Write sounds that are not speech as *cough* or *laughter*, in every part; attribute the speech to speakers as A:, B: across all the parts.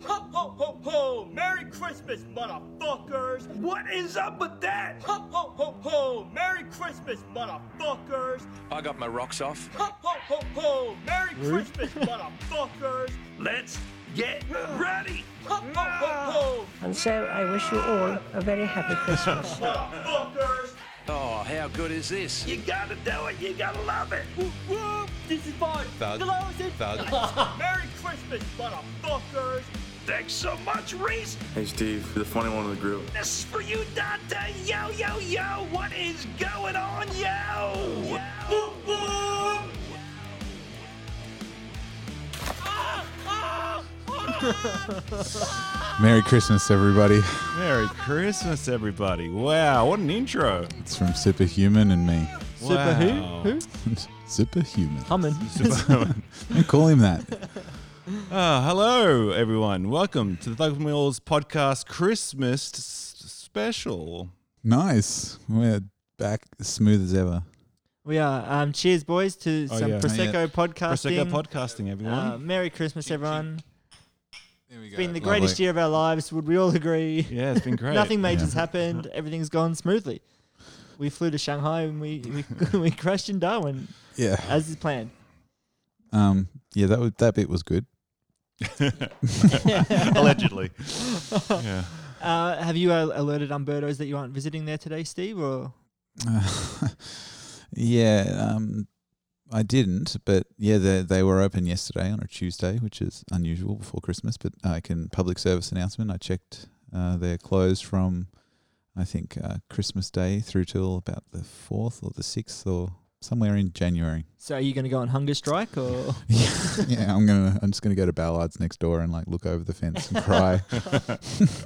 A: ho, ho, ho! Merry Christmas, motherfuckers!
B: What is up with that?
A: Ho, ho, ho, ho! Merry Christmas, motherfuckers!
C: I got my rocks off.
A: Ho, ho, ho, ho! Merry Christmas, motherfuckers!
B: Let's get ready.
A: Ho, ho, ho, ho!
D: And so I wish you all a very happy Christmas.
A: Motherfuckers!
C: Oh, how good is this?
B: You gotta do it. You gotta love it.
A: Whoop, whoop! This is fun!
E: Thug.
A: Close it.
E: Thug.
A: Merry Christmas, motherfuckers!
B: Thanks so much, Reese.
F: Hey Steve, you're the funny one of the group.
B: This is for you, Dante. Yo, yo, yo. What is going on, yo?
A: Whoop, whoop!
G: Merry Christmas, everybody.
E: Merry Christmas, everybody. Wow, what an intro.
G: It's from Superhuman and me.
H: Super
E: Wow.
H: who? Who?
G: *laughs* Superhuman.
E: *laughs*
H: Humming.
G: Don't call him that.
E: Ah, hello, everyone. Welcome to the Thug Mills podcast Christmas s- special.
G: Nice. We're back as smooth as ever.
H: We are. Um, cheers, boys, to
E: Oh,
H: some
E: yeah.
H: Prosecco
G: Yeah.
H: podcasting.
E: Prosecco podcasting, everyone.
H: Uh, Merry Christmas, everyone.
G: There
H: It's been the greatest year of our lives. Would we all agree?
E: yeah,
H: *laughs*
E: it's been great.
H: Nothing major's happened. Everything's gone smoothly. We flew *laughs* to Shanghai and we, we, *laughs* we crashed in Darwin
G: Yeah.
H: as is planned.
G: Um. Yeah. That was, that bit was good.
E: Allegedly. yeah.
H: Uh, have you uh, alerted Umbertos that you aren't visiting there today, Steve? Or
G: yeah. Um. I didn't, but yeah, they they were open yesterday on a Tuesday, which is unusual before Christmas. But I can public service announcement. I checked. Uh, they're closed from, I think, uh, Christmas Day through till about the fourth or the sixth or somewhere in January.
H: so are you going to go on hunger
G: *laughs*
H: strike? Or
G: Yeah, yeah. I'm gonna. I'm just gonna go to Ballard's next door and like look over the fence and cry.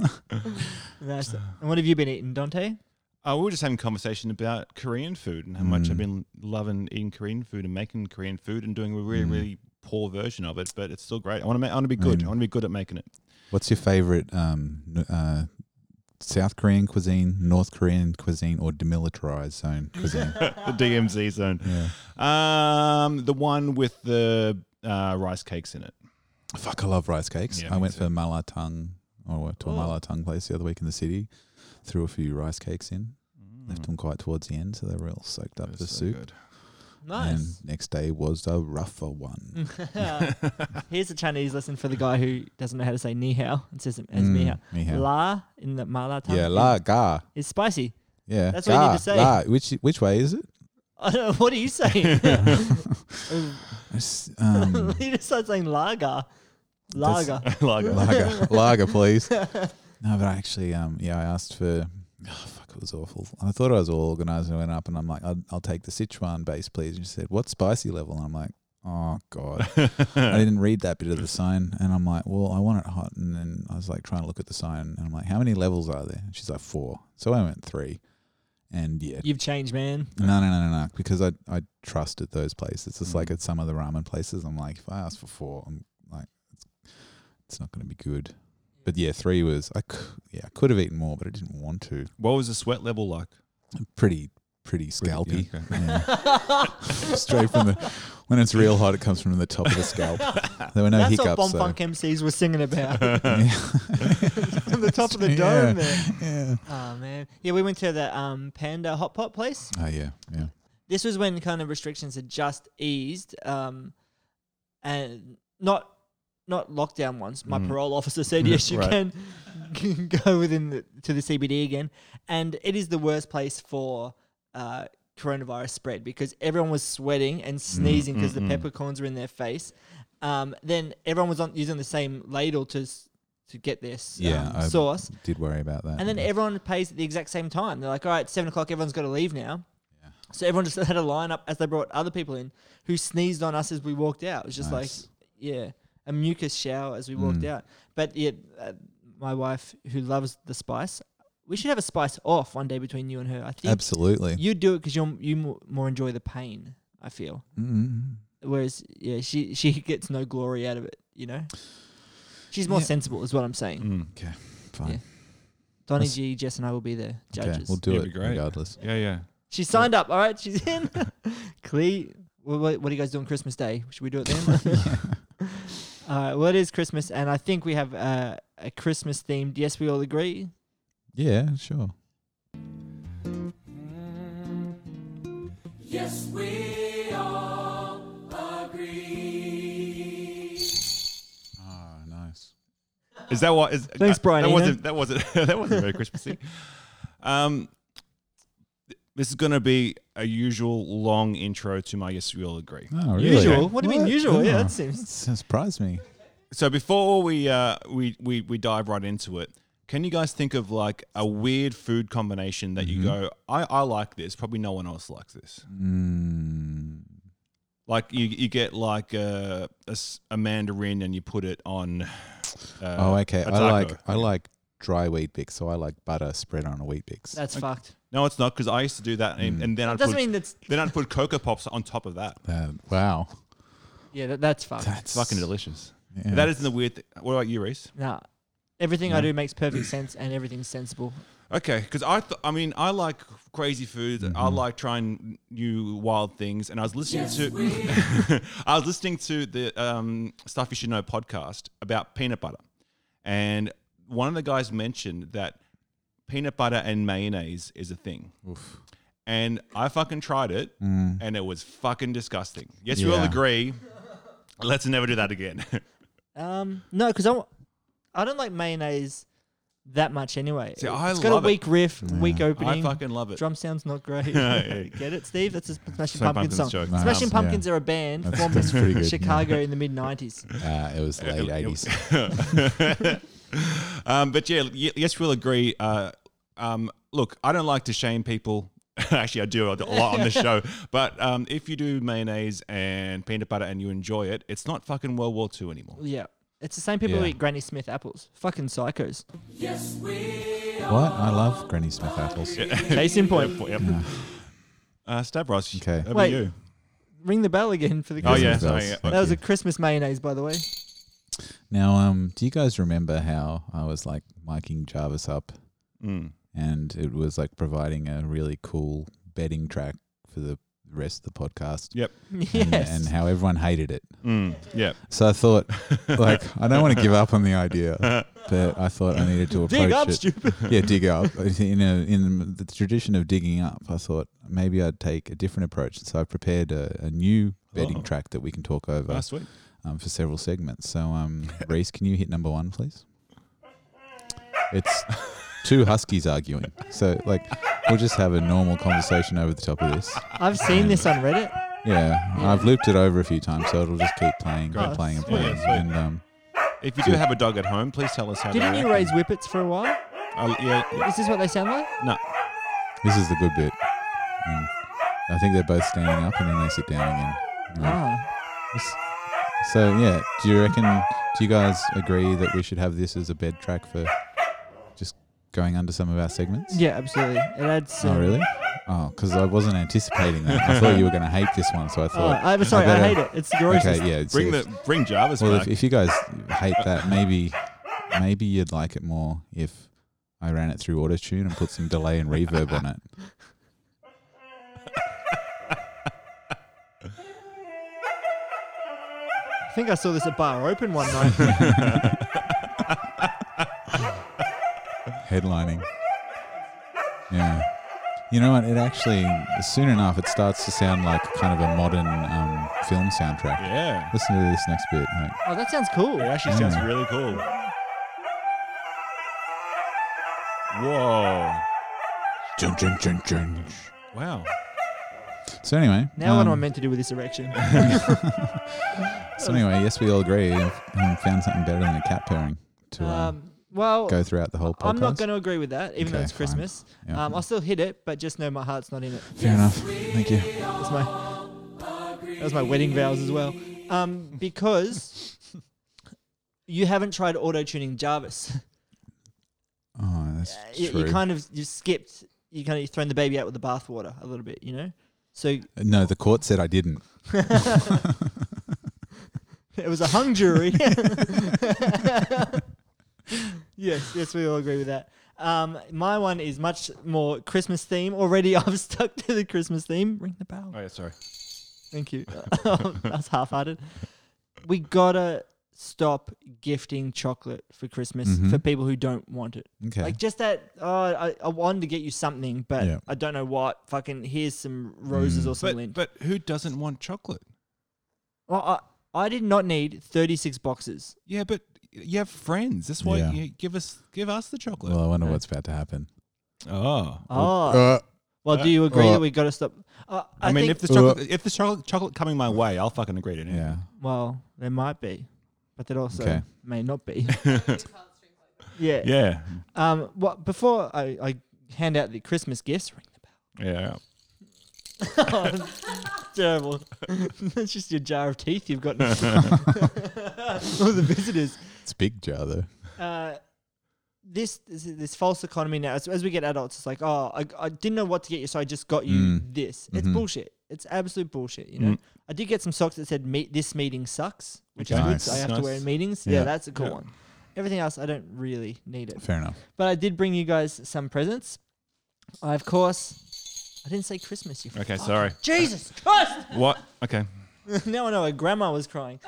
H: That's- and what have you been eating, Dante?
E: Uh, we were just having a conversation about Korean food and how much I've
G: Mm.
E: been loving eating Korean food and making Korean food and doing a really, really poor version of it, but it's still great. I want to make. I want to be good. I
G: Mm.
E: want to be good at making it.
G: What's your favorite um, n- uh, South Korean cuisine, North Korean cuisine, or demilitarized zone cuisine?
E: the DMZ zone.
G: yeah.
E: Um, the one with the uh, rice cakes in it.
G: Fuck, I love rice cakes.
E: Yeah,
G: I
E: me
G: went
E: too.
G: for Malatang or to a
H: Oh.
G: Malatang place the other week in the city. Threw a few rice cakes in. Left them quite towards the end, so they were all soaked up
E: That
G: with
E: was
G: the
E: Mm. so
G: soup.
E: *laughs* good.
H: Nice. Mm,
G: And next day was a rougher one.
H: Here's a Chinese lesson for the guy who doesn't know how to say ni hao and says it as
G: Mm,
H: ni hao.
G: ni hao.
H: La in the mala tongue.
G: yeah,
H: is-
G: la ga.
H: is spicy. *laughs*
G: Yeah,
H: That's what you need
G: ga,
H: to say.
G: La. Which which way is it?
H: I don't know, what are
G: *laughs*
H: you saying?
G: It's, Um,
H: *laughs* you just start saying lager. Lager.
E: Lager.
G: lager, lager, please. No, but I actually, um, yeah, I asked for. Oh, fuck, it was awful. I thought I was all organised and I went up and I'm like, I'll, I'll take the Sichuan base, please. And she said, what spicy level? And I'm like, oh, God. I didn't read that bit of the sign. And I'm like, well, I want it hot. And then I was like trying to look at the sign and I'm like, how many levels are there? And she's like, four. So I went three. And yeah,
H: You've changed, man.
G: no, Mm. no, no, no, no. Because I I trusted those places. It's like at some of the ramen places, I'm like, if I ask for four, I'm like, it's, it's not going to be good. But yeah, three was I. c- Yeah, I could have eaten more, but I didn't want to.
E: What was the sweat level like?
G: Pretty, pretty scalpy.
E: okay.
G: Yeah. *laughs* Straight from the when it's real hot, it comes from the top of the scalp. There were no
H: That's what
G: hiccups. uh,
H: Bomb
G: so-
H: Funk MCs were singing about.
G: *laughs* Yeah.
H: On *laughs* the top of
G: *laughs*
H: the
G: Yeah.
H: dome there.
G: Yeah.
H: Oh, man. Yeah, we went to the um, Panda Hot Pot place.
G: Oh yeah, yeah.
H: This was when kind of restrictions had just eased. Um, and not not lockdown ones. My
G: Mm.
H: parole officer said, yes, you
E: Right.
H: can *laughs* can go within the, to the CBD again. And it is the worst place for uh, coronavirus spread because everyone was sweating
G: Mm,
H: and sneezing because the peppercorns were in their face. Um, then everyone was on, using the same ladle to s- to get their s-
G: Yeah,
H: um,
G: I-
H: sauce.
G: Did worry about that.
H: And then
G: yeah.
H: everyone pays at the exact same time. They're like, all right, seven o'clock, everyone's got to leave now. So everyone just had a line up as they brought other people in who sneezed on us as we walked out. It was just
G: Nice. Mm.
H: like, yeah, a mucus shower as we walked out. But yeah, uh, my wife who loves the spice, we should have a spice off one day between you and her. I think
G: absolutely.
H: you do it because you you mo- more enjoy the pain. I feel.
G: mm
H: Whereas yeah, she she *laughs* gets no glory out of it. You know, she's more
G: Yeah.
H: sensible, is what I'm saying.
G: Okay, fine.
H: Yeah. Donny
G: That's-
H: G, Jess, and I will be there,
G: Okay,
H: judges.
G: we'll do
E: It'd be
G: it
E: great.
G: regardless.
E: Yeah, yeah.
H: She signed up. All right, she's in. *laughs* *laughs* Clee, Uh, what, what, what are you guys doing Christmas Day? Should we do it then? All right. Well, it is Christmas, and I think we have uh, a Christmas themed. Yes, we all agree.
G: Yeah, sure. Yes, we all agree. Oh, nice.
E: Is that what? Is,
H: Thanks,
E: uh,
H: Brian
E: That
H: Eno.
E: wasn't. That wasn't. *laughs* that
G: *laughs*
E: wasn't very Christmassy. um, this is going to be a usual long intro to my yes, we all agree.
G: Oh, really?
H: Usual? What do you mean usual? Yeah, that seems-
G: that surprised me.
E: So before we uh we, we we dive right into it, can you guys think of like a weird food combination that you go, I I like this. Probably no one else likes this.
G: Mm,
E: Like you you get like a a, s- a mandarin and you put it on. Uh,
G: oh, okay.
E: a
G: I
E: taco.
G: like I like dry wheat bix, so I like butter spread on a wheat bix.
H: That's fucked.
E: No, it's not because I used to do that, and, and then I'd
H: Doesn't
E: put,
H: mean that's
E: then I'd put cocoa pops on top of that.
G: Uh, wow,
H: yeah. That, that's fucked.
G: that's
E: Fucking delicious.
G: yeah.
E: That isn't the weird. thing. What about you, Reese?
H: Nah. Everything I do makes perfect sense, and everything's sensible.
E: Okay, because I, th- I mean, I like crazy food. I
H: Mm-hmm.
E: like trying new wild things, and I was listening to, *laughs* I was listening to the um, stuff you should know podcast about peanut butter, and one of the guys mentioned that peanut butter and mayonnaise is a thing. And I fucking tried it,
H: Mm.
E: and it was fucking disgusting. Yes, you all
G: Yeah.
E: agree. Let's never do that again. *laughs*
H: Um, no, because I, w- I don't like mayonnaise that much anyway.
E: See,
H: It-
E: I
H: it's got
E: love
H: a
E: it.
H: weak riff, weak
E: I
H: opening.
E: fucking love it.
H: Drum sound's not
E: *laughs*
H: great.
E: Yeah.
H: *laughs* Get it, Steve? That's a Smashing
E: Sorry,
H: Pumpkins
E: Pumpkins
H: song.
E: joke.
H: Smashing
G: Nice.
H: Pumpkins
G: Yeah.
H: are a band
G: That's-
H: formed
G: that's pretty
H: in
G: good, yeah.
H: Chicago in the mid '90s.
G: Uh, it was late eighties.
E: um, but yeah, y- yes, we'll agree. Uh, um, look, I don't like to shame people. *laughs* Actually, I do a lot on this
H: *laughs*
E: show. But um, if you do mayonnaise and peanut butter and you enjoy it, it's not fucking World War II anymore.
H: Yeah, it's the same people who
G: Yeah.
H: eat Granny Smith apples. Fucking psychos.
G: What? I love Granny Smith apples.
H: *laughs* Case in point.
E: Yep. Uh, Stavros,
G: Okay.
E: over to
H: Wait.
E: you.
H: Ring the bell again for the
E: Oh
H: Christmas.
E: yeah,
G: bells.
E: sorry, yeah.
G: Thank
H: That was
G: you.
H: a Christmas mayonnaise, by the way. *laughs*
G: Now, um, do you guys remember how I was like miking Jarvis up,
E: Mm.
G: and it was like providing a really cool betting track for the rest of the podcast?
E: Yep.
G: And,
H: yes.
G: and how everyone hated it.
E: Mm. Yeah.
G: So I thought, like, I don't want to give up on the
H: *laughs*
G: idea, but I thought I needed to approach
H: Dig up,
G: it.
H: stupid.
G: yeah, dig up. In a, in the tradition of digging up, I thought maybe I'd take a different approach. So I prepared a, a new betting
E: Oh.
G: track that we can talk over
E: Oh, sweet.
G: um, for several segments. So, um, Reese, can you hit number one, please? It's *laughs* two huskies arguing. So, like, we'll just have a normal conversation over the top of this.
H: I've seen this on Reddit.
G: *laughs* Yeah, I've looped it over a few times, so it'll just keep playing
H: Great.
G: and playing and
E: Yeah,
G: playing.
E: sweet.
G: and um,
E: If you do have a dog at home, please tell us how.
H: Didn't
E: they
H: you
E: react.
H: raise whippets for a while?
E: Uh, yeah.
H: Is this what they sound like?
E: No.
G: this is the good bit. Um, I think they're both standing up and then they sit down again. Yeah.
H: Ah,
G: So yeah, do you reckon? Do you guys agree that we should have this as a bed track for just going under some of our segments?
H: yeah, absolutely. It adds.
G: Oh
H: um, *laughs*
G: really? Oh, because I wasn't anticipating that. I thought you were going to hate this one, so I
H: Oh,
G: thought.
H: I'm sorry, I,
G: better-
H: hate it. It's gross.
G: Okay, yeah. it's-
E: Bring
G: it's-
E: the bring Jarvis
G: Well,
E: back.
G: if, if you guys hate that, maybe maybe you'd like it more if I ran it through auto tune and put some delay and reverb on it.
H: I think I saw this at Bar Open one
G: *laughs*
H: night.
G: Headlining. Yeah. You know what? It actually soon enough it starts to sound like kind of a modern um, film soundtrack.
E: yeah.
G: Listen to this next bit. Like,
H: oh, that sounds cool.
E: It actually sounds really cool. Whoa.
G: dun, dun, dun, dun.
E: Wow.
G: So anyway.
H: Now what am I
G: um,
H: meant to do with this erection?
G: So anyway, yes, we all agree. I've um, found something better than a cat purring to um,
H: um, well,
G: go throughout the whole podcast.
H: I'm not going to agree with that, even though
G: Okay,
H: it's
G: fine.
H: Christmas.
G: Yeah.
H: Um, I'll still hit it, but just know my heart's not in it.
G: Fair enough. Thank you.
H: That's my that was my wedding vows as well. Um, because you haven't tried auto tuning Jarvis.
G: Oh, that's
H: You,
G: true.
H: you kind of you skipped. You kind of thrown the baby out with the bathwater a little bit, you know. So it
G: no, the court said I didn't.
H: was a hung jury. yes, yes, we all agree with that. Um, my one is much more Christmas theme. Already, *laughs* I've stuck to the Christmas theme. Ring the bell.
E: Oh yeah, sorry.
H: *laughs* Thank you. That's half-hearted. We gotta stop gifting chocolate for Christmas for people who don't want it.
G: Okay.
H: Like just that. Oh, I, I wanted to get you something, but
G: Yeah.
H: I don't know what. Fucking here's some roses or some
E: But,
H: lint.
E: but who doesn't want chocolate?
H: well, I, I did not need 36 boxes.
E: Yeah, but you have friends. That's why
G: Yeah.
E: you give us give us the chocolate.
G: well, I wonder what's about to happen.
E: oh.
H: Oh,
G: Uh,
H: well, do you agree
G: uh,
H: that we got to stop? Uh, I,
E: I, mean,
H: think,
E: if the chocolate, if the chocolate, chocolate coming my way, I'll fucking agree to it.
G: yeah.
H: well, there might be, but there also
G: Okay.
H: may not be. *laughs* yeah.
E: yeah,
H: Um. What before I, I hand out the Christmas gifts? Ring the bell. *laughs* Oh,
E: yeah.
H: Terrible. *laughs* That's just your jar of teeth you've got. *laughs* All the visitors.
G: It's a big jar though.
H: Uh, this this, this false economy now. As, as we get adults, it's like, oh, I, I didn't know what to get you, so I just got you this. It's bullshit. It's absolute bullshit. You know. I did get some socks that said meet this meeting sucks, which is
E: Okay.
H: good. So I
E: Nice.
H: have to wear
E: Nice.
H: in meetings. Yeah,
G: Yeah.
H: that's a cool
E: Yeah.
H: one. Everything else, I don't really need it.
G: Fair enough.
H: But I did bring you guys some presents. I, of course, I didn't say Christmas. You
E: Okay, sorry.
H: Jesus *laughs* Christ!
E: What? Okay.
H: now I know why grandma was crying.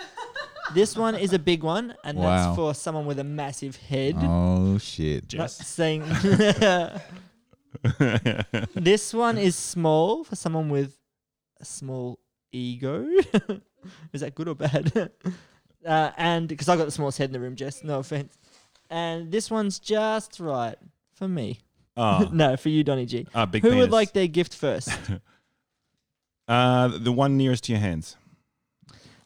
H: This one is a big one, and
G: Wow.
H: that's for someone with a massive head.
G: Oh shit.
E: *laughs*
H: Not saying. this one is small for someone with a small ego. *laughs* is that good or bad? *laughs* uh, and because I got the smallest head in the room, Jess. No offense. And this one's just right for me.
E: Oh,
H: *laughs* no, for you, Donny G.
E: Ah, big
H: Who would
E: penis.
H: like their
E: *laughs*
H: gift first?
E: uh, the one nearest to your hands.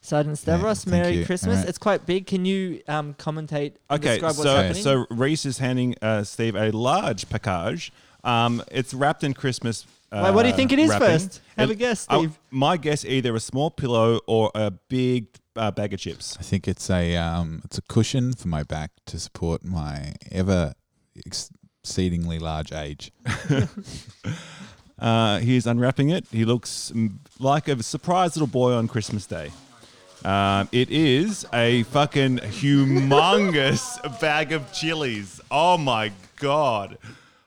H: Sergeant Stavros,
G: thank
H: Merry
G: you.
H: Christmas.
G: Alright.
H: It's quite big. Can you um, commentate? and
E: Okay,
H: describe what's
E: so
H: happening?
E: so Reese is handing uh, Steve a large package. Um, it's wrapped in Christmas. Uh,
H: Wait, what do you think it is
E: wrapping.
H: first? Have a guess,
E: I-
H: Steve.
E: my guess, either a small pillow or a big uh, bag of chips.
G: I think it's a um, it's a cushion for my back to support my ever ex- exceedingly large age.
E: Uh, he's unwrapping it. He looks mm, like a surprised little boy on Christmas Day. Um, it is a fucking humongous *laughs* bag of chilies. Oh my god!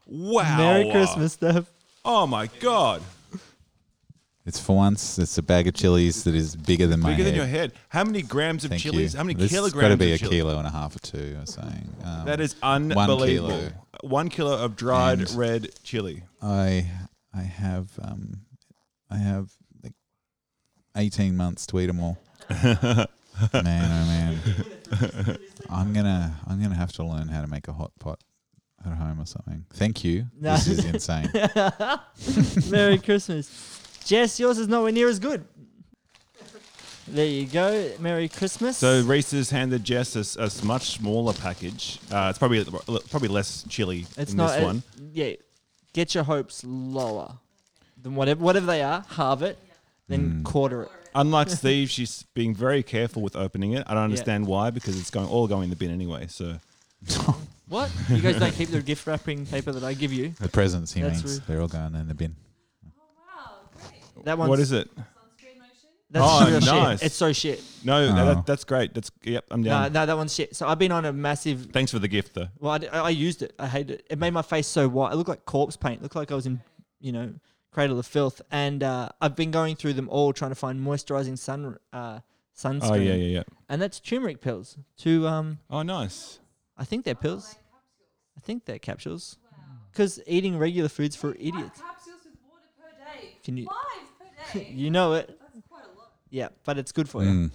E: Wow!
H: Merry Christmas, Steph.
E: Oh my god!
G: It's for once. It's a bag of chilies that is bigger than my
E: Bigger
G: head.
E: than your head. How many grams of
G: Thank
E: chilies?
G: you.
E: How many
G: this
E: kilograms?
G: Got to be
E: of
G: a
E: chili?
G: kilo and a half or two. I was saying. Um,
E: That is
G: One
E: unbelievable.
G: kilo.
E: One kilo of dried
G: And-
E: red chili.
G: I I have um I have like eighteen months to eat 'em
E: *laughs*
G: all. man, oh man. I'm gonna I'm gonna have to learn how to make a hot pot at home or something. Thank you.
H: No.
G: This is
H: *laughs*
G: insane.
H: Merry Christmas. Jess, yours is nowhere near as good. There you go. Merry Christmas.
E: So Reese's handed Jess a, s- a s- much smaller package. Uh, it's probably probably less chili
H: it's
E: in
H: not
E: this
H: a- *laughs*
E: one.
H: Yeah, get your hopes lower than whatever whatever they are. Halve it,
E: Hmm.
H: then quarter it.
E: Unlike Steve, she's being very careful with opening it. I don't understand why because it's going all going in the bin anyway. So
H: What? You guys don't keep the gift wrapping paper that I give you.
G: the presents he
H: That's
G: means.
H: rude.
G: They're all going in the bin.
H: That one's
E: what is it?
H: That's
E: Oh,
H: real
E: nice.
H: shit. It's so shit. Uh,
E: No, no,
G: Oh.
E: that, that's great. That's yep. I'm down.
H: No, no, that one's shit. So I've been on a massive.
E: Thanks for the gift though.
H: Well, I, d- I used it. I hated it. It made my face so white. It looked like corpse paint. It looked like I was in, you know, Cradle of Filth. And uh, I've been going through them all, trying to find moisturizing sun uh, sunscreen.
E: Oh yeah, yeah, yeah.
H: And that's turmeric pills. To um,
E: Oh nice.
H: I think they're pills. I think they're capsules. Because eating regular foods for idiots.
I: Capsules with water per day.
H: Can you?
I: Five per
H: *laughs*
I: day.
H: You know it.
I: That's quite a lot.
H: Yeah, but it's good for you.
G: Mm.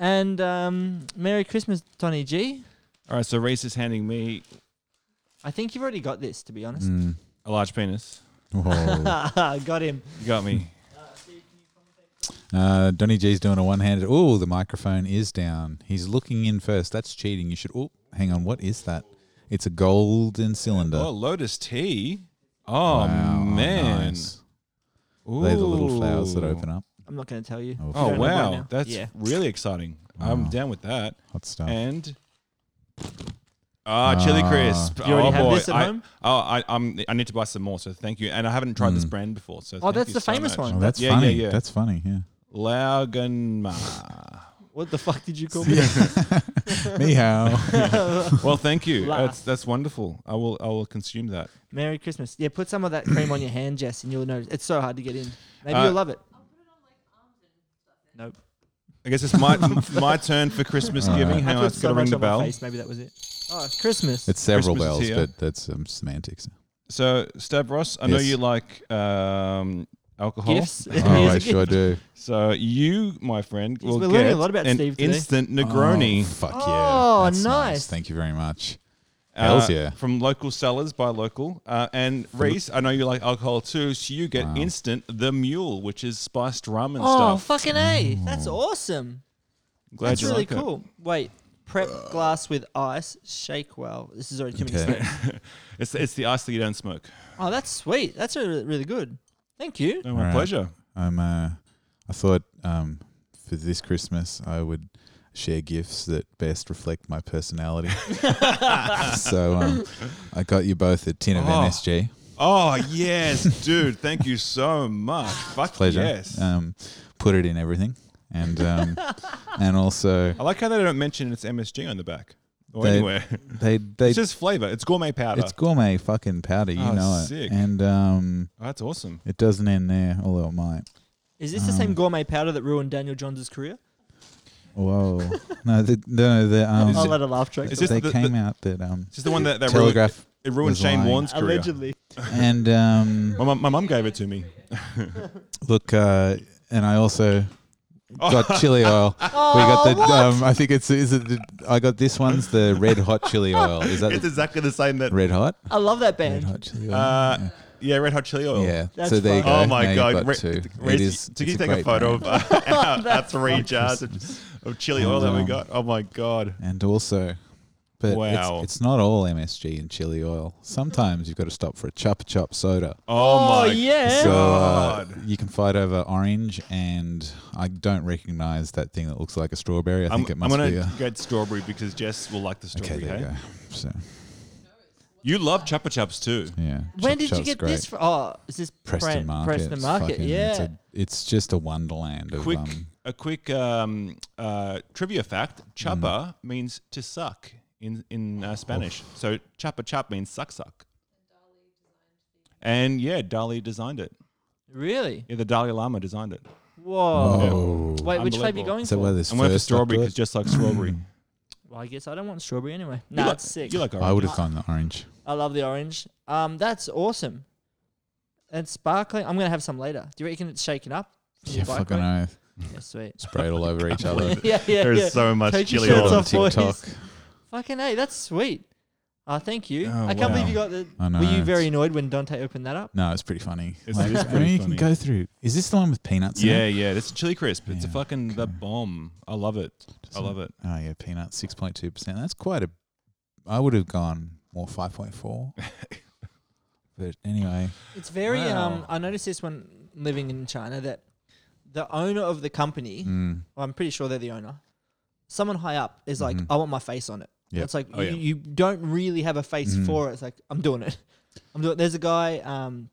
H: And um, Merry Christmas, Donny G.
E: All right, so Reese is handing me
H: I think you've already got this, to be honest.
G: Mm.
E: a large penis.
G: Whoa.
E: Mm.
H: *laughs* got him.
E: You got me.
G: uh, Donny G's doing a one-handed. Oh, the microphone is down. He's looking in first. That's cheating. You should. Oh, hang on. What is that? It's a golden cylinder.
E: Oh, lotus tea. Oh
G: Wow,
E: man.
G: nice. They're the little flowers that
E: Ooh.
G: open up.
H: I'm not going to tell you.
G: Oh,
E: Oh
H: don't know by
E: wow,
H: now.
E: that's
H: Yeah.
E: really exciting. I'm down with that.
G: Hot stuff.
E: And ah, chili crisp.
H: You already
E: oh
H: have
E: boy,
H: this at
E: I,
H: home?
E: Oh, I, I'm, I need to buy some more. So thank you. And I haven't tried this brand before. So
H: Oh,
E: thank
H: that's
E: you
H: the
E: so
H: famous
E: much.
H: one.
G: Mm. oh, that's
E: Yeah,
G: funny.
E: yeah, yeah.
G: That's funny. Yeah.
E: *laughs*
G: *laughs*
E: Laugenma.
H: What the fuck did you call me?
G: Meow.
E: well, thank you.
H: Laugh.
E: That's that's wonderful. I will I will consume that.
H: Merry Christmas. Yeah, put some of that cream on your hand, Jess, and you'll notice it's so hard to get in. Maybe
E: Uh,
H: you'll love it. Nope.
E: I guess it's my *laughs* my turn for Christmas
G: All
E: giving.
G: right.
E: Hang
H: I
E: on,
H: put
E: it's
H: so
E: got to
H: much
E: ring the
H: on my
E: bell.
H: face, Maybe that was it. Oh, it's Christmas.
G: It's several
E: Christmas is
G: bells,
E: here.
G: but that's um, semantics.
E: So, Stavros, I know
G: Yes.
E: you like um, alcohol.
H: Gifts.
G: Oh, I sure do.
E: *laughs* So you, my friend, will
H: we're
E: get
H: learning a lot about
E: an
H: Steve today.
E: instant Negroni.
G: Oh, fuck yeah.
H: Oh,
G: That's
H: nice.
G: Thank you very much.
E: uh,
G: Hells yeah.
E: From local sellers by local. Uh, and Reese, I know you like alcohol too, so you get instant the mule, which is spiced rum and
H: Oh,
E: stuff.
H: fucking a! That's awesome.
E: Glad
H: That's
E: you
H: really
E: Oh. like it.
H: cool. Wait, prep glass with ice, shake well. This is already too many
G: Okay.
H: steps.
E: It's the, it's the ice that you don't smoke.
H: Oh, that's sweet. That's really, really good. Thank you.
E: No, my
G: Alright.
E: pleasure.
G: I'm. Uh, I thought um, for this Christmas I would share gifts that best reflect my
E: *laughs*
G: personality. so um, I got you both a tin of
E: Oh.
G: MSG.
E: Oh yes, *laughs* dude. Thank you so much. Fuck
G: Pleasure.
E: yes.
G: Um, put it in everything, and
E: *laughs*
G: um, and also
E: I like how they don't mention it's MSG on the back or
G: They-
E: anywhere.
G: *laughs* they they
E: It's just flavor. It's gourmet powder.
G: it's gourmet fucking powder. You
E: Oh,
G: know it,
E: sick.
G: and um,
E: oh, that's awesome.
G: it doesn't end there, although it might.
H: Is this the
E: Um,
H: same gourmet powder that ruined Daniel Johns' career?
E: *laughs*
G: Whoa! no, the, no, the um,
H: I'll let a laugh track.
E: Is
H: play.
E: this
G: they
E: the- the-
G: came out that
E: *laughs*
G: um,
E: It's just the one that, that ruined,
G: Telegraph
E: it ruined
G: was
E: Shane
G: lying.
E: Warne's career.
H: Allegedly.
G: and um,
E: My mum my mum gave it to me.
G: Look, uh, and I also
E: Oh.
G: got chili oil. we got the. Um, I think it's is it. The, I got this one's the red hot
E: *laughs*
G: chili oil. Is that
E: It's
G: the
E: exactly the same that.
G: red hot?
H: I love that
G: Red
H: band.
G: hot chili oil.
E: Uh, yeah, red hot chili oil.
G: yeah.
H: That's
G: so there you
H: fun.
G: go.
E: Oh my
G: Now you've
E: god!
G: got
E: Re-
G: two.
E: Reece,
G: it is.
E: did
G: it's
E: you
G: a
E: take a
G: great
E: photo
G: brand.
E: of uh, *laughs*
G: *laughs*
E: our, our three jars of,
G: Christmas.
E: of chili oil that we
G: Um,
E: got? Oh my god!
G: And also, but
E: Wow.
G: it's, it's not all MSG and chili oil. Sometimes you've got to stop for a chupa chup soda.
E: Oh
H: Oh
E: my!
H: yeah.
G: So uh,
E: God.
G: you can fight over orange, and I don't recognize that thing that looks like a strawberry. I
E: I'm,
G: think it
E: I'm
G: must
E: gonna
G: be a.
E: get strawberry because Jess will like the
G: Okay,
E: strawberry.
G: there
E: hey?
G: you go. So
E: You love Chupa Chups too.
G: yeah,
H: when
G: Chop
H: did you
G: Shop's
H: get
G: great.
H: this? From? Oh, is this
G: Preston
H: brand-
G: Market.
H: Preston
G: It's
H: Market.
G: fucking-
H: yeah.
G: it's, a- it's just a wonderland of
E: Quick,
G: um,
E: a quick um, uh, trivia fact: Chupa
G: Mm-hmm.
E: means to suck in in
G: Oh.
E: uh, Spanish. So Chupa Chup means suck suck. And yeah, Dali designed it.
H: really?
E: Yeah, the Dalai Lama designed it. Oh.
H: Whoa. Wait, which flavor are you
E: Unbelievable.
H: going
G: so
H: for?
G: whether it's
E: I'm going for
G: first Mm. up
E: strawberry
G: to
E: because
G: it,
E: just like strawberry.
H: Well, I guess I don't want strawberry anyway. No,
E: you like,
H: it's sick.
E: You like orange.
G: I would have gone the orange.
H: I love the orange. Um, that's awesome. And sparkling. I'm gonna have some later. Do you reckon it's shaken up? from your
G: Yeah,
H: bike
G: fucking
H: ride?
G: oath.
H: Yeah,
G: *laughs*
H: sweet.
G: Sprayed all over
E: *laughs*
G: each other.
H: yeah,
E: *laughs*
H: yeah,
E: There is
H: yeah.
E: so much
H: Take your
E: chili
H: shirts
E: oil.
G: on
H: off, boys.
G: TikTok.
H: Fucking hey, that's sweet. Oh, thank you.
E: Oh,
H: I can't believe you got the.
G: I know,
H: were you
G: it's-
H: very annoyed when Dante opened that up?
G: No, it's pretty funny.
E: It's-
G: Like,
E: it is
G: I mean,
E: pretty
G: you
E: funny.
G: can go through. Is this the one with peanuts? in
E: Yeah,
G: it?
E: yeah. It's chili crisp. It's a
G: Yeah,
E: fucking the bomb. I love it. I love it.
G: Oh yeah, peanuts. Six point two percent. That's quite a. I would have gone more five point four.
E: *laughs*
G: but anyway,
H: It's very.
E: Wow.
H: Um, I noticed this when living in China that the owner of the company,
G: mm,
H: well, I'm pretty sure they're the owner. Someone high up is like, I want my face on it.
G: Yep.
H: It's like
E: Oh,
H: you,
E: Mm-hmm. yeah. Mm-hmm.
H: you don't really have a face for it. It's like I'm doing it. *laughs* I'm doing. There's a guy um,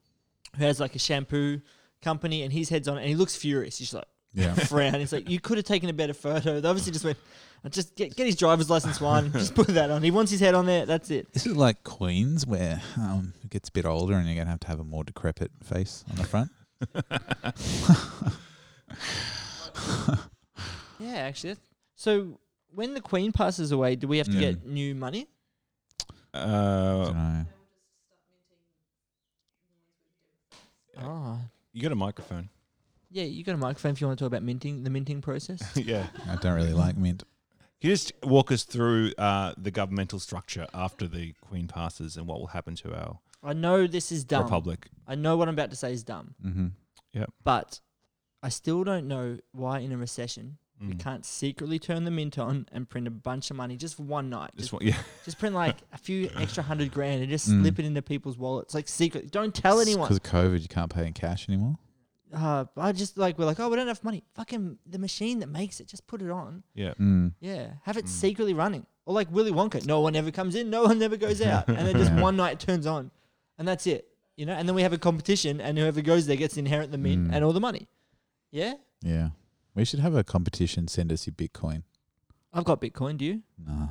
H: who has like a shampoo company, and his head's on it, and he looks furious. He's just like. *laughs*
G: yeah.
H: Frown. It's like you could have taken a better photo. They obviously just went, just get, get his driver's
E: *laughs*
H: license one, just put that on. He wants his head on there. That's it.
G: This is like Queens, where um, it gets a bit older and you're going to have to have a more decrepit face on the front.
H: Yeah, actually. that's- So when the Queen passes away, do we have to
G: Yeah.
H: get new money?
E: Uh,
G: Dunno.
H: Oh.
E: you got a microphone. *laughs*
H: Yeah, you got a microphone if you want to talk about minting, the minting process.
E: yeah.
G: I don't really like mint.
E: Can you just walk us through uh, the governmental structure after the Queen passes and what will happen to our
H: I know this is dumb.
E: republic?
H: I know what I'm about to say is dumb,
G: Mm-hmm.
H: but I still don't know why in a recession we
E: Mm.
H: can't secretly turn the mint on and print a bunch of money just for one night.
E: Just
H: Just,
E: want, yeah. *laughs*
H: just print like a few extra hundred grand and just
G: Mm.
H: slip it into people's wallets. Like secret. Don't tell anyone.
G: Because of COVID, you can't pay in cash anymore.
H: Uh, I just like, we're like, oh, we don't have money. Fucking the machine that makes it, just put it on.
E: Yeah.
G: Mm.
H: Yeah, have it secretly running, or like Willy Wonka. No one ever comes in, no one
E: *laughs*
H: ever goes out, and then just
G: Yeah.
H: one night turns on, and that's it. You know, and then we have a competition, and whoever goes there gets to inherit the mint
G: Mm.
H: and all the money. Yeah,
G: Yeah. We should have a competition. Send us your Bitcoin.
H: I've got Bitcoin. Do you?
G: Nah.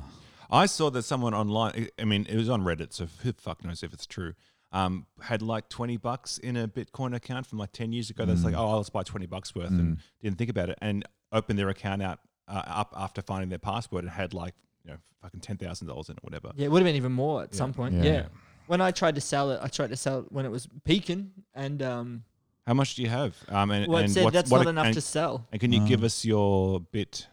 E: I saw that someone online, I mean, it was on Reddit, so who the fuck knows if it's true, um, had like 20
H: Mm.
E: bucks in a Bitcoin account from like 10 years ago. That's like, oh, let's buy 20 bucks worth and didn't think about it. And opened their account out uh, up after finding their password and had like you know fucking ten thousand dollars in it, whatever.
H: Yeah, it would have been even more at some point.
G: Yeah.
H: Yeah. When I tried to sell it, I tried to sell it when it was peaking, and um,
E: How much do you have? Um, and,
H: well, it
E: and
H: said
E: what-
H: that's
E: what
H: not
E: ac-
H: enough
E: and-
H: to Uh. sell.
E: And can you give us your bit?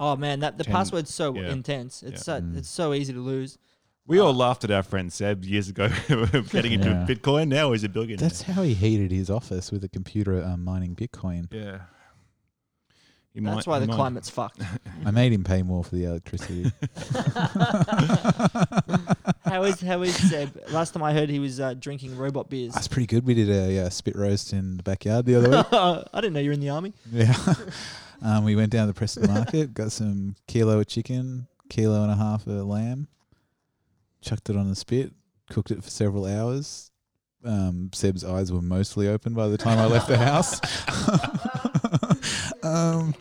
H: Oh man, that the
E: Ten-
H: password's so
E: yeah.
H: intense. It's
E: Yeah. Mm.
H: so it's so easy to lose.
E: We
H: Uh,
E: all laughed at our friend Seb years ago *laughs* getting into
G: Yeah.
E: Bitcoin. Now he's a billionaire.
G: That's how he heated his office with a computer um, mining Bitcoin.
E: yeah. He might-
H: That's why
E: he
H: the
E: might- *laughs*
H: climate's fucked.
G: I made him pay more for the electricity.
H: How is how is Seb? Last time I heard, he was uh, drinking robot beers.
G: That's pretty good. We did a uh, spit roast in the backyard the other week.
H: I didn't know you were in the army.
G: Yeah. *laughs* um, we went down to the Preston Market, got some kilo of chicken, kilo and a half of lamb, chucked it on the spit, cooked it for several hours. Um, Seb's eyes were mostly open by the time I left the house. *laughs* um,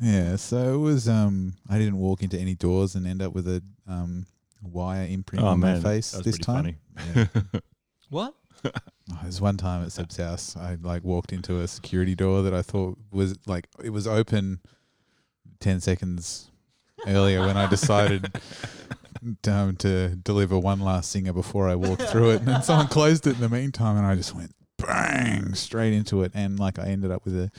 G: yeah, so it was. Um, I didn't walk into any doors and end up with a um, wire imprint
E: Oh
G: on
E: man,
G: my face
E: that was
G: this
E: pretty
G: time.
E: funny.
G: Yeah.
H: What?
G: Oh, There's one time at Seb's house, I like walked into a security door that I thought was like it was open ten seconds earlier when I
E: *laughs*
G: decided um, to deliver one last singer before I walked through it, and then someone closed it in the meantime, and I just went bang straight into it, and like I ended up with a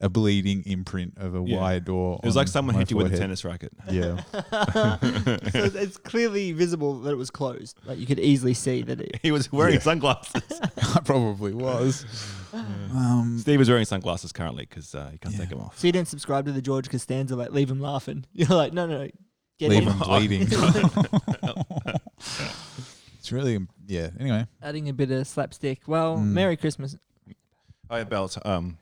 G: a bleeding imprint of a
E: Yeah.
G: wire door.
E: It was
G: on
E: like someone
G: my
E: hit you with a
G: forehead.
E: tennis
H: *laughs*
E: racket.
G: Yeah,
H: So it's- it's clearly visible that it was closed. Like you could easily see that it.
E: He was wearing
G: Yeah.
E: sunglasses.
G: *laughs* *laughs* I probably
E: *laughs*
G: was. Um,
E: Steve is wearing sunglasses currently because uh, he can't
G: Yeah.
E: take them off.
H: So you didn't subscribe to the George Costanza like leave him laughing. *laughs* You're like no no, no get
G: leave
H: him.
G: him bleeding. *laughs* it's really yeah. Anyway,
H: Adding a bit of slapstick. Well,
G: Mm.
H: Merry Christmas. *laughs*
E: I about um,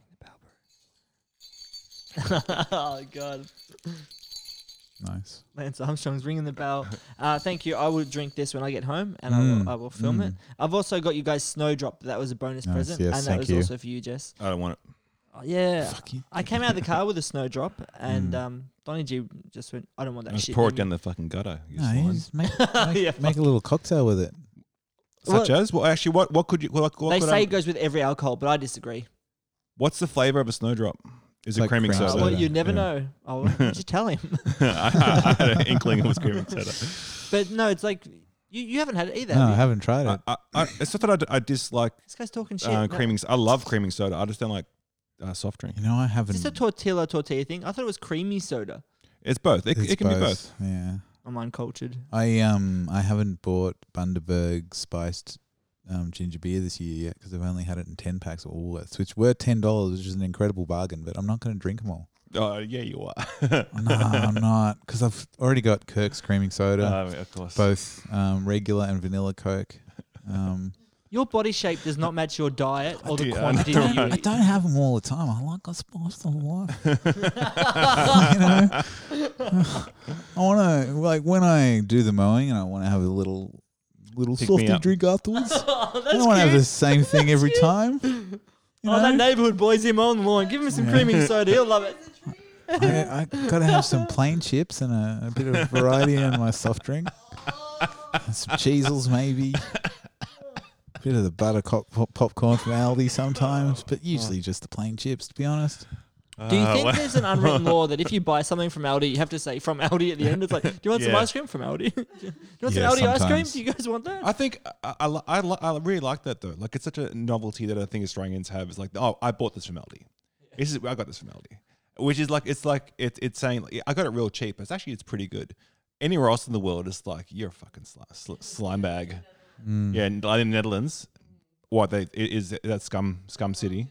H: oh God,
G: nice.
H: Lance Armstrong's ringing
G: *laughs*
H: the bell. Uh, thank you. I will drink this when I get home, and I,
G: Mm.
H: will, I will film it. I've also got you guys Snowdrop. That was a bonus
G: Nice,
H: present,
G: yes,
H: and that
G: thank
H: was
G: you.
H: also for you, Jess.
E: I don't want it.
H: Oh, yeah,
G: you. Mm.
H: I came out of the car with a snowdrop, and um, Donny G just went, "I don't want that
E: Just
H: shit."
E: pour
H: in
E: it
H: me."
E: down the fucking gutter. you
G: No, you
E: swine.
G: just
E: *laughs*
G: make, make, make a little cocktail with it.
E: Such
H: Well-
E: as well, actually, what what could you? What, what
H: They
E: could
H: say
E: I-
H: it goes with every alcohol, but I disagree.
E: what's the flavor of a snowdrop? Is it
G: Like
E: creaming
G: brown
E: soda?
G: So-
H: well,
G: soda.
H: you never
G: yeah.
H: *laughs* know. Oh, well, would you tell him? *laughs*
E: I, *laughs* I had an inkling it was creaming
G: *laughs*
E: soda.
H: but no, it's like you, you haven't had it either.
G: No,
H: have
G: I
H: you?
G: haven't tried
E: I,
G: it.
E: I, I, it's not that I d- I, dislike
H: This guy's talking shit.
E: uh,
H: No.
E: creaming. I love creaming soda. I just don't like uh, soft drink.
G: You know, I
H: Is
G: haven't.
H: this a tortilla tortilla thing? I thought it was creamy soda.
E: It's both. It,
G: it's
E: it can be both.
G: Yeah,
H: I'm uncultured.
G: I um, I haven't bought Bundaberg spiced um ginger beer this year yet because I've only had it in ten packs at Woolworths, which were ten dollars, which is an incredible bargain. But I'm not going to drink them
E: *laughs*
G: all.
E: Oh yeah, you are.
G: No, I'm not because I've already got Kirk's creaming soda.
E: Um, of course.
G: both um, regular and vanilla Coke. Um,
H: Your body shape does not match your diet or the
E: do, I *laughs*
H: quantity
E: know.
H: that you
G: I
H: eat.
G: don't have them all the time. I like I spice the
E: *laughs*
G: life. *laughs* you know, *sighs* I want to like when I do the mowing and I want to have a little little
E: Pick me
G: softy
E: up.
G: drink afterwards. I don't want to have the same thing every time. You
H: Oh, that
G: know?
H: neighborhood boy's him on the lawn. Give him some creaming soda. He'll love
G: *laughs*
H: it.
G: I, I gotta have some plain chips and a, a bit of variety in my soft drink. And some cheesels maybe. Bit of the buttercup pop- popcorn from Aldi sometimes, but usually just the plain chips. To be honest,
H: Do you
G: Uh,
H: think there's
G: *laughs*
H: an unwritten law that if you buy something from Aldi, you have to say from Aldi at the end? It's like, do you want some
E: Yeah.
H: ice cream from Aldi? *laughs* do you want
G: Yeah,
H: some Aldi ice cream?
G: sometimes.
H: Do you guys want that?
E: I think I, I, li- I, li- I really like that though. Like it's such a novelty that I think Australians have. It's like, oh, I bought this from Aldi. This is I got this from Aldi, which is like it's like it, it's saying like, I got it real cheap. It's actually it's pretty good. Anywhere else in the world, it's like you're a fucking sli- sl- slime bag.
H: Mm.
E: Yeah, and like in the Netherlands, what they it is that scum scum city.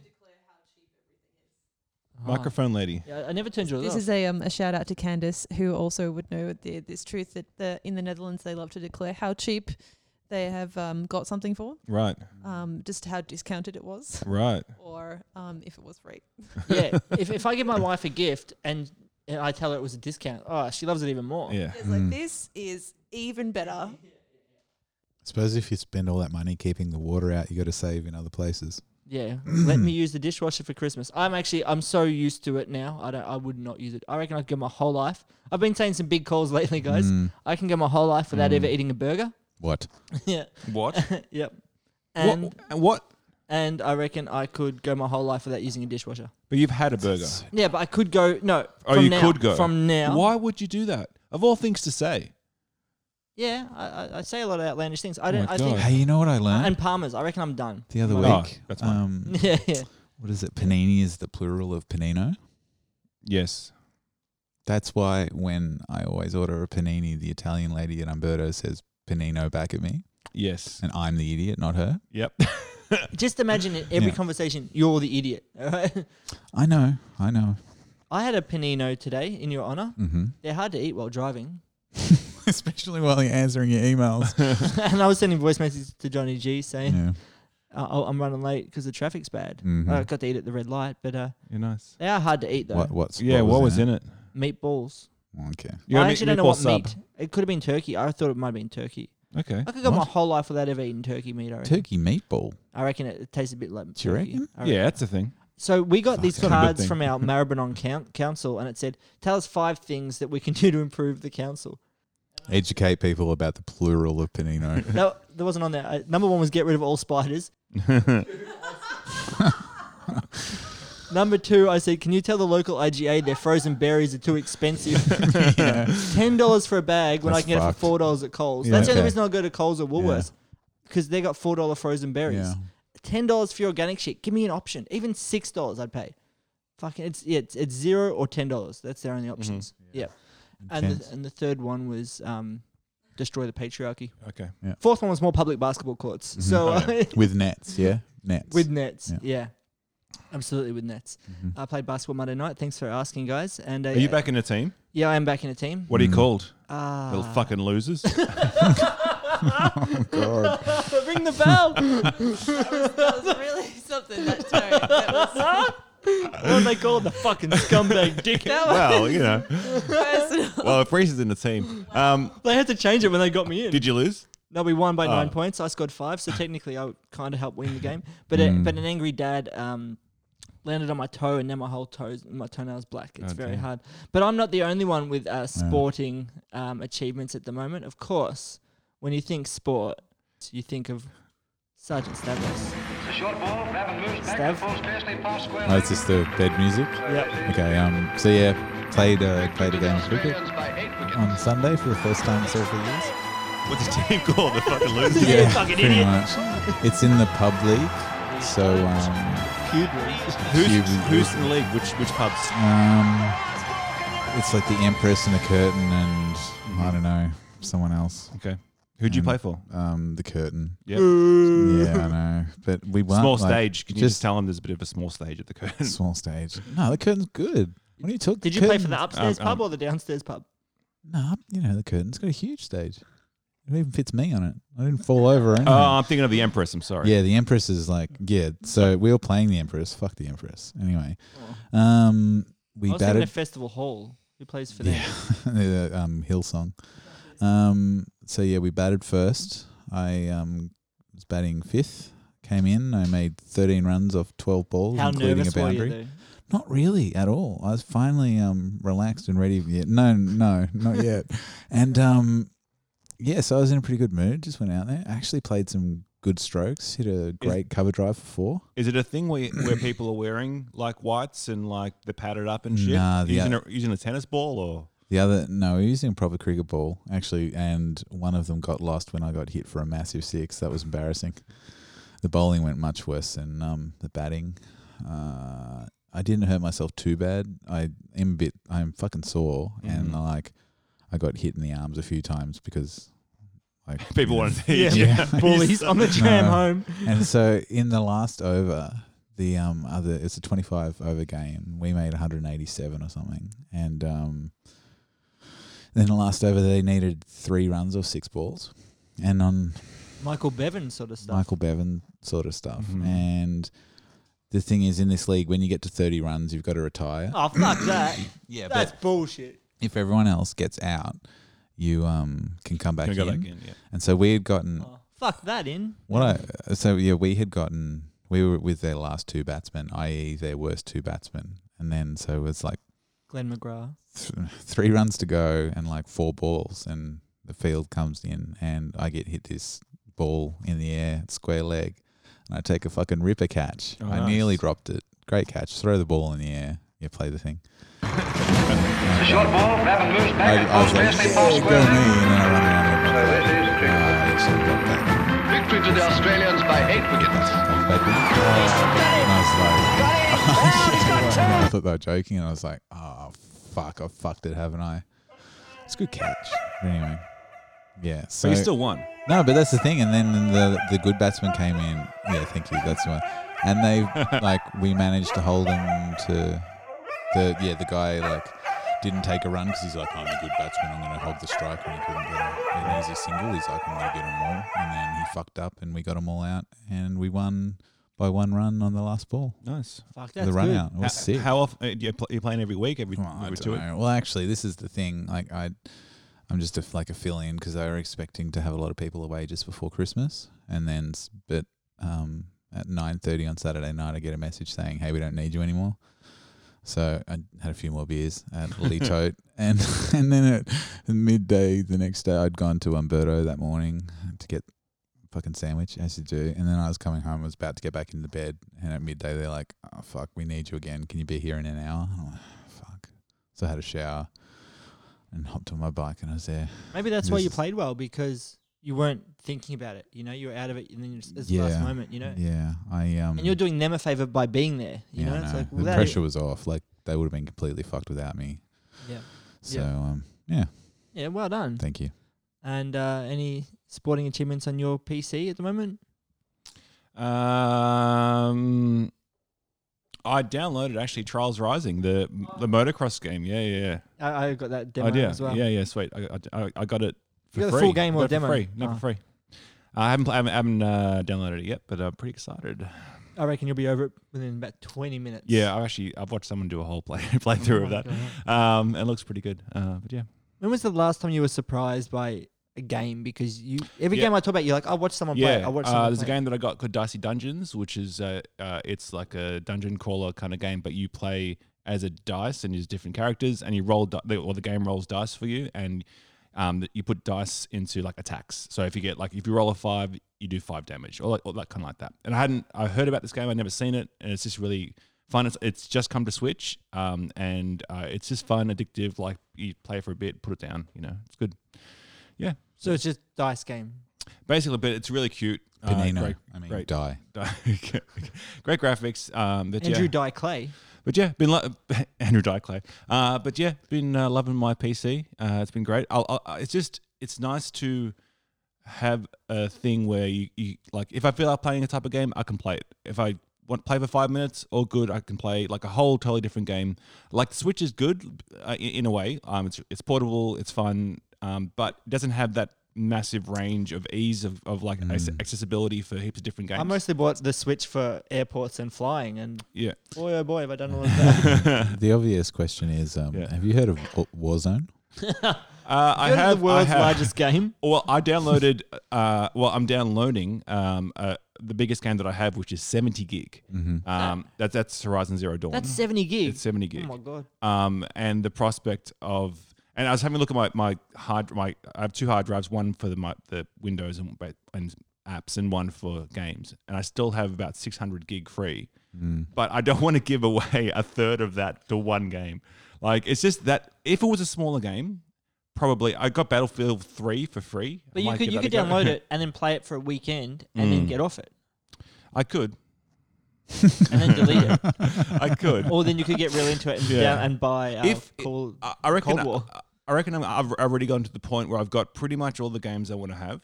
E: Microphone lady.
H: Ah. yeah, I never turned your
J: This
H: off.
J: is a, um, a shout out to Candice, who also would know the, this truth that the, in the Netherlands they love to declare how cheap they have um, got something for,
E: Right,
H: Mm.
J: um, just how discounted it was,
E: right.
J: or um, if it was rape.
H: yeah.
E: *laughs*
H: If, if I give my wife a gift and, and I tell her it was a discount, oh, she loves it even more.
E: Yeah.
J: It's
H: Mm.
J: like this is even better.
G: I suppose if you spend all that money keeping the water out, you got to save in other places.
H: Yeah, let
J: *clears throat*
H: me use the dishwasher for Christmas. I'm actually I'm so used to it now. I don't I would not use it. I reckon I'd go my whole life. I've been saying some big calls lately, guys.
J: Mm.
H: I can go my whole life *laughs* without ever eating a burger. *laughs*
G: What?
H: yeah.
E: What?
H: Yep.
E: what?
H: And
E: What?
H: and I reckon I could go my whole life without using a dishwasher.
E: But you've had a burger.
H: Yeah, but I could go. No.
E: Oh,
H: from
E: you
H: now-
E: could go.
H: From now.
E: Why would you do that? Of all things to say.
H: Yeah, I, I, I say a lot of outlandish things. I don't.
E: Oh my
H: I think.
E: God.
G: Hey, you know what I learned
H: *laughs* And Palmer's. I reckon I'm done. *laughs*
G: the other
H: Well,
G: week?
E: Oh, that's mine.
G: um,
H: *laughs* yeah, yeah.
G: what is it? Panini is the plural of panino.
E: Yes.
G: That's why when I always order a panini, the Italian lady at Umberto says panino back at me,
E: Yes.
G: and I'm the idiot, not her.
E: Yep.
H: Just imagine in every
G: Yeah.
H: conversation, you're the idiot. *laughs* all right?
G: I know, I know. *laughs*
H: I had a panino today in your honor.
E: Mm-hmm.
G: hmm
H: They're hard to eat while driving. *laughs*
G: Especially while you're answering your emails.
H: and I was sending voice messages to Johnny G saying,
G: yeah.
H: oh, I'm running late because the traffic's bad.
G: Mhm.
H: I got to eat at the red light, but uh,
E: *laughs* You're nice.
H: they are hard to eat though.
G: What? What's?
E: Yeah, Mm-hmm. what was in it?
H: Meatballs.
G: Okay.
E: You got
H: I
E: meat-
H: actually don't know
E: meatball
H: what
E: sub.
H: meat. It could have been turkey. I thought it might have been turkey.
E: Okay.
H: I could go my
G: What?
H: whole life without ever eating turkey meat. I reckon.
G: Turkey meatball.
H: I reckon it, it tastes a bit like
G: Do you
H: turkey.
G: reckon?
H: I
E: Yeah, that's a thing.
H: So we got these
E: it's not a good
H: cards
E: thing.
G: *laughs*
H: from our Maribyrnong coun- council, and it said, "Tell us five things that we can do to improve
G: *laughs*
H: the council."
G: Educate people about the plural of
E: *laughs*
G: panino.
H: No, there wasn't on there. Uh, number one was get rid of
G: *laughs*
H: all spiders. number two, I said, "Can you tell the local IGA their frozen berries are
G: *laughs*
H: too expensive? Ten dollars for a bag when I
G: That's
H: can get it
G: fucked.
H: for four dollars at Coles.
G: Yeah.
H: That's the
G: Okay.
H: only reason I go to Coles or Woolworths because they got four dollar frozen berries.
G: yeah.
H: ten dollars for your organic shit. Give me an option. Even six dollars, I'd pay. Fucking, it's yeah, it's, it's zero or ten dollars. That's their only options. Yep. And
G: Intense.
H: the, and the third one was um, destroy the patriarchy.
E: Okay.
H: Fourth one was more public basketball courts. So uh,
G: With nets. Yeah. Nets.
H: *laughs* with nets,
G: Yeah.
H: yeah. Absolutely with nets.
G: Mhm.
H: I played basketball Monday night. Thanks for asking, guys. And uh,
E: Are you back in the team?
H: Yeah, I am back in a team.
E: What are you called?
H: Ah,
E: Little fucking losers.
H: *laughs*
G: God.
H: ring the bell.
J: That was really something. That joke. That was
H: *laughs* what do Oh, they call it? The fucking scumbag dick.
E: well, you know.
J: personal.
E: Well, if Reese is in the team, um,
H: They had to change it when they got me in.
E: did you lose?
H: No, we won by nine
E: Oh.
H: points. I scored
G: *laughs*
H: five, so technically I kind of helped win the game. But a, but an
G: Mm.
H: angry dad um, landed on my toe, and now my whole toes, my toenail's black.
G: Oh,
H: It's very hard. But I'm not the only one with uh, sporting um, achievements at the moment. Of course, when you think sport, you think of Sergeant Stavros. Stav,
G: Oh, it's just the bed music.
H: yeah,
G: Okay. Um. So yeah, played uh, played a game of cricket on Sunday for the first time in several years.
E: *laughs* What's the team called? The fucking losers.
H: Yeah, fucking
G: pretty
H: idiot.
G: much. It's in the pub league. So um,
E: Who's,
G: Cuban
E: who's in the league? Which which pubs?
G: um, it's like the Empress and the Curtain and I don't know someone else.
E: Okay. Mm. Who'd you
G: Um,
E: play for?
G: Um, the Curtain.
E: Yeah.
G: Yeah, I know. But we won.
E: Small
G: like,
E: stage. Can you just
G: just
E: tell them there's a bit of a small stage at the curtain?
G: small stage. No, the Curtain's good. What are you talking?
H: Did you play for
G: Curtain-
H: the upstairs
E: um,
H: pub or the downstairs pub?
G: No, you know the Curtain's got a huge stage. It even fits me on it. I didn't
H: *laughs*
G: fall over. Or anything.
E: *laughs* Oh, I'm thinking of the Empress. I'm sorry.
G: Yeah, the Empress is like yeah. So we were playing the Empress. Fuck the Empress. Anyway, um, we
H: Oh. I was thinking
G: batted
H: of Festival Hall. Who plays for them?
G: yeah, *laughs* the um, Hillsong. Um, so yeah, we batted first. I um was batting fifth. Came in. I made thirteen runs off twelve balls,
H: How
G: including a
H: nervous were
G: boundary.
H: you? Though?
G: Not really at all. I was finally um, relaxed and ready. Yeah, no, no, not yet. And um, yeah, so I was in a pretty good mood. Just went out there. Actually played some good strokes. Hit a great cover drive for four.
E: Is it a thing where where people are wearing like whites and like they're padded up and shit?
G: Nah, the- uh,
E: using a, using a tennis ball or
G: The other, no, we were using a proper cricket ball actually, and one of them got lost when I got hit for a massive six. That was embarrassing. The bowling went much worse than um, the batting. Uh, I didn't hurt myself too bad. I am a bit, I'm fucking sore, and
E: Mm-hmm.
G: like, I got hit in the arms a few times because, like,
E: people
G: you know,
E: want to
G: *laughs*
E: *laughs* see.
H: Yeah.
G: Yeah.
H: Bullies on
G: *laughs*
H: the tram
G: No.
H: home.
G: and so in the last over, the um other it's a twenty five over game. We made one hundred and eighty seven or something, and um then the last over they needed three runs or six balls, and on
H: Michael Bevan sort of stuff.
G: Michael Bevan sort of stuff.
E: Mhm.
G: And the thing is, in this league, when you get to thirty runs, you've got to retire.
H: Oh fuck that!
G: yeah,
H: That's bullshit.
G: if everyone else gets out, you um can come back,
E: Can we go
G: in.
E: back in? Yeah.
G: And so we had gotten
H: Oh, fuck that in.
G: What I so yeah, we had gotten we were with their last two batsmen, i.e., their worst two batsmen, and then so it was like
H: Glenn McGrath.
G: th- *laughs* three runs to go and like four balls, and the field comes in, and I get hit this ball in the air, square leg, and I take a fucking ripper catch.
E: Oh,
G: I
E: nice.
G: nearly dropped it. Great catch. Throw the ball in the air. You play the thing.
K: Short ball, Babin moves
G: I,
K: back and
G: I was
K: forth,
G: like,
K: fast they fall
G: yeah, go
K: square.
G: me, and then I run around.
K: So this is
G: And
K: tricky.
G: uh, I actually got back.
K: Victory to the Australians by eight wickets.
G: I was like, I thought they were joking, and I was like, oh, fuck, I fucked it, haven't I? It's a good catch. But anyway, yeah. So
E: So you still won.
G: No, but that's the thing. And then the the good batsman came in. Yeah, thank you. That's the one. And they like we managed to hold him to the yeah the guy like didn't take a run because he's like I'm a good batsman. I'm going to hog the strike, and he couldn't get a- an easy single. He's like I'm going to get them all, and then he fucked up, and we got them all out, and we won by one run on the last ball.
E: Nice.
H: Fuck,
G: the
H: that's
G: run
H: good.
G: out. It was
E: how,
G: sick.
E: How often uh, do you pl- you're playing every week? Every,
G: Well, I
E: every
G: don't
E: two weeks?
G: know. Well, actually, this is the thing. Like, I, I'm just a, f- like a fill-in because they were expecting to have a lot of people away just before Christmas, and then, s- but um, at 9:30 on Saturday night, I get a message saying, "Hey, we don't need you anymore." So I had a few more beers
E: *laughs*
G: at Lee Tote, and *laughs* and then at midday the next day, I'd gone to Umberto that morning to get a fucking sandwich as you do, and then I was coming home, I was about to get back into bed, and at midday they're like, "Oh fuck, we need you again. Can you be here in an hour?" And I'm like, "Fuck." So I had a shower and hopped on my bike, and I was there.
H: Maybe that's why
G: This
H: you
G: is-
H: played well because you weren't thinking about it. You know, you were out of it, and then it's it's the
G: Yeah.
H: last moment. You know,
G: Yeah, I um.
H: and you're doing them a favor by being there. You know,
G: I
H: it's
G: know.
H: like
G: the
H: without
G: pressure was off. Like they would have been completely fucked without me.
H: Yeah.
G: So
H: Yeah. Mm-hmm.
G: um, yeah.
H: It, yeah, well done.
G: Thank you.
H: And uh, any sporting achievements on your PC at the moment?
E: Um, I downloaded actually Trials Rising, the the motocross game. Yeah, yeah,
H: I, I got that
E: yeah.
H: demo
E: I did.
H: as well.
E: Yeah, yeah, sweet. I, I, I got it for
H: You got the
E: free.
H: full game
E: I
H: or
E: got it
H: demo?
E: For free. Not
H: Oh.
E: for free. I haven't, pl- I haven't, haven't uh, downloaded it yet, but I'm pretty excited.
H: I reckon you'll be over it within about 20 minutes.
E: Yeah, I actually I've watched someone do a whole play *laughs* playthrough of
H: Oh my
E: that. Um, it looks pretty good. Uh, but yeah,
H: When was the last time you were surprised by a game? Because you every
E: Yeah.
H: game I talk about, you're like, I watched someone play. it,
E: yeah.
H: I watched someone
E: Uh, there's a
H: play it."
E: game that I got called Dicey Dungeons, which is uh, uh, it's like a dungeon crawler kind of game, but you play as a dice and there's different characters, and you roll di- the- or the game rolls dice for you, and um, that you put dice into like attacks. So if you get like if you roll a five, you do five damage, or like or like kind of like that. And I hadn't I heard about this game, I'd never seen it, and it's just really fun. It's, it's just come to Switch, um, and uh, it's just fun, addictive. Like you play for a bit, put it down. You know, it's good. Yeah,
H: So it's just dice game.
E: basically, but it's really cute. Uh,
G: Panino.
E: great-
G: I mean,
E: *laughs* great.
G: die.
E: great graphics. Um, but
H: Andrew
E: yeah,
H: Die Clay.
E: but yeah, been lo- *laughs* Andrew Dyclay. Uh, but yeah, been uh, loving my PC. Uh, it's been great. I'll, I'll- i it's just it's nice to have a thing where you, you like if I feel like playing a type of game, I can play it. If I want to play for five minutes, all good. I can play like a whole totally different game. Like the Switch is good uh, in, in a way. Um, it's it's portable, it's fun, um, but it doesn't have that massive range of ease of, of like
H: Mm.
E: ac- accessibility for heaps of different games.
H: I mostly bought the Switch for airports and flying, and
E: yeah.
H: boy, oh boy, have I done
E: *laughs*
H: all of that.
G: The obvious question is, um,
E: Yeah.
G: have you heard of Wa- Warzone?
E: Uh, I
H: Go to
E: have
H: the world's
E: I have,
H: largest *laughs* game.
E: Well, I downloaded. *laughs* uh, well, I'm downloading um, uh, the biggest game that I have, which is 70 gig. Um, that, that's Horizon Zero Dawn.
H: Mm-hmm. That's 70 gigs.
E: It's 70 gig.
H: Oh my god.
E: um, and the prospect of and I was having a look at my my hard my I have two hard drives, one for the my, the Windows and ba- and apps, and one for games, and I still have about 600 gig free. But I don't *laughs* want to give away a third of that to one game. Like it's just that if it was a smaller game, probably I got Battlefield 3 for free. I
H: But you
E: might
H: could
E: give that a
H: you could
E: go. Hmm.
H: download it and then play it for a weekend and then get off it
E: *laughs* I could.
H: and then
E: *laughs*
H: delete it.
E: I could.
H: Or then you could get really into it and,
E: Yeah.
H: down and buy uh,
E: If-
H: Call
E: I I reckon.
H: Cold War.
E: I, I reckon I'm, I've already gotten to the point where I've got pretty much all the games I want to have.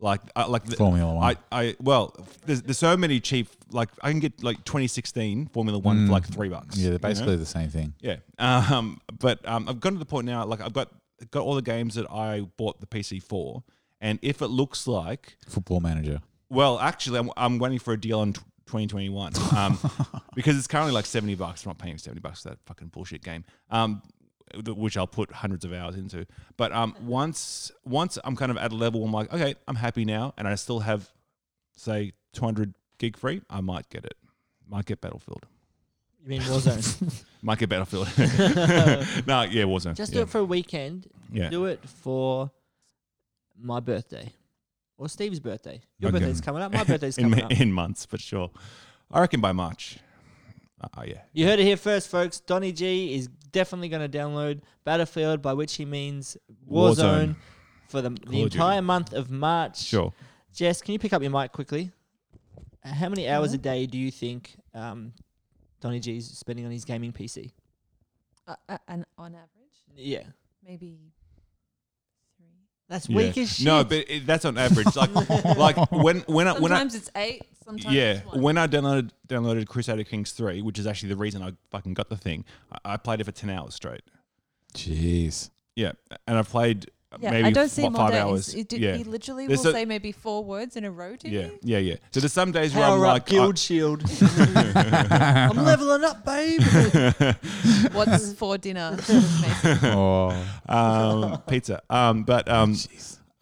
E: Like, I, like the,
G: Formula One.
E: I, I well, there's, there's so many cheap. Like, I can get like 2016 Formula One for like three bucks.
G: Mm. Yeah,
E: you
G: they're
E: know?
G: basically the same thing.
E: Yeah. Um, but um, I've gotten to the point now. Like, I've got got all the games that I bought the PC for, and if it looks like
G: Football Manager.
E: well, actually, I'm, I'm waiting for a deal on tw 2021 um, because it's currently like 70 bucks. I'm not paying 70 bucks for that fucking bullshit game, um, th- which I'll put hundreds of hours into. But um, once once I'm kind of at a level where I'm like, okay, I'm happy now, and I still have, say, 200 gig free, I might get it. Might get Battlefield.
H: you mean
E: *laughs*
H: Warzone.
E: Might get
H: *laughs*
E: Battlefield. no, yeah, Warzone.
H: Just
E: yeah.
H: do it for a weekend.
E: Yeah.
H: Do it for my birthday. or Steve's birthday. Your
E: Okay.
H: birthday's
E: *laughs*
H: coming up. My birthday's
E: in,
H: coming
E: ma-
H: up.
E: in months, but sure. I reckon by March. Uh, uh, yeah.
H: You heard it here first, folks. Donny G is definitely going to download Battlefield, by which he means Warzone,
E: Warzone.
H: for the, the
E: of Duty.
H: entire month of March.
E: Sure.
H: Jess, can you pick up your mic quickly? Uh, How many hours a day do you think um, Donny G is spending on his gaming PC?
J: Uh, uh, and on average,
H: Yeah.
J: maybe.
H: That's
E: Yeah.
H: weak as shit.
E: No, but it, that's on average.
J: *laughs*
E: Like, like when when I, when I
J: Sometimes it's eight. Sometimes
E: yeah
J: it's one.
E: when I downloaded downloaded Crusader Kings three, which is actually the reason I fucking got the thing. I, I played it for ten hours straight. *laughs*
G: Jeez.
E: Yeah, and I played
J: Yeah,
E: maybe
J: I don't see
E: f-
J: him all
E: five
J: day.
E: hours.
J: He,
E: yeah.
J: he literally
E: There's
J: will
E: a-
J: say maybe four words in a row to
E: yeah,
J: you.
E: yeah, yeah. So there's some days where
H: Power
E: I'm
H: up,
E: like, uh, I-
G: *laughs*
H: Guild Shield. I'm leveling up, babe. *laughs*
J: What's for dinner? sort of thing.
G: Oh.
E: um, pizza. Um, but um,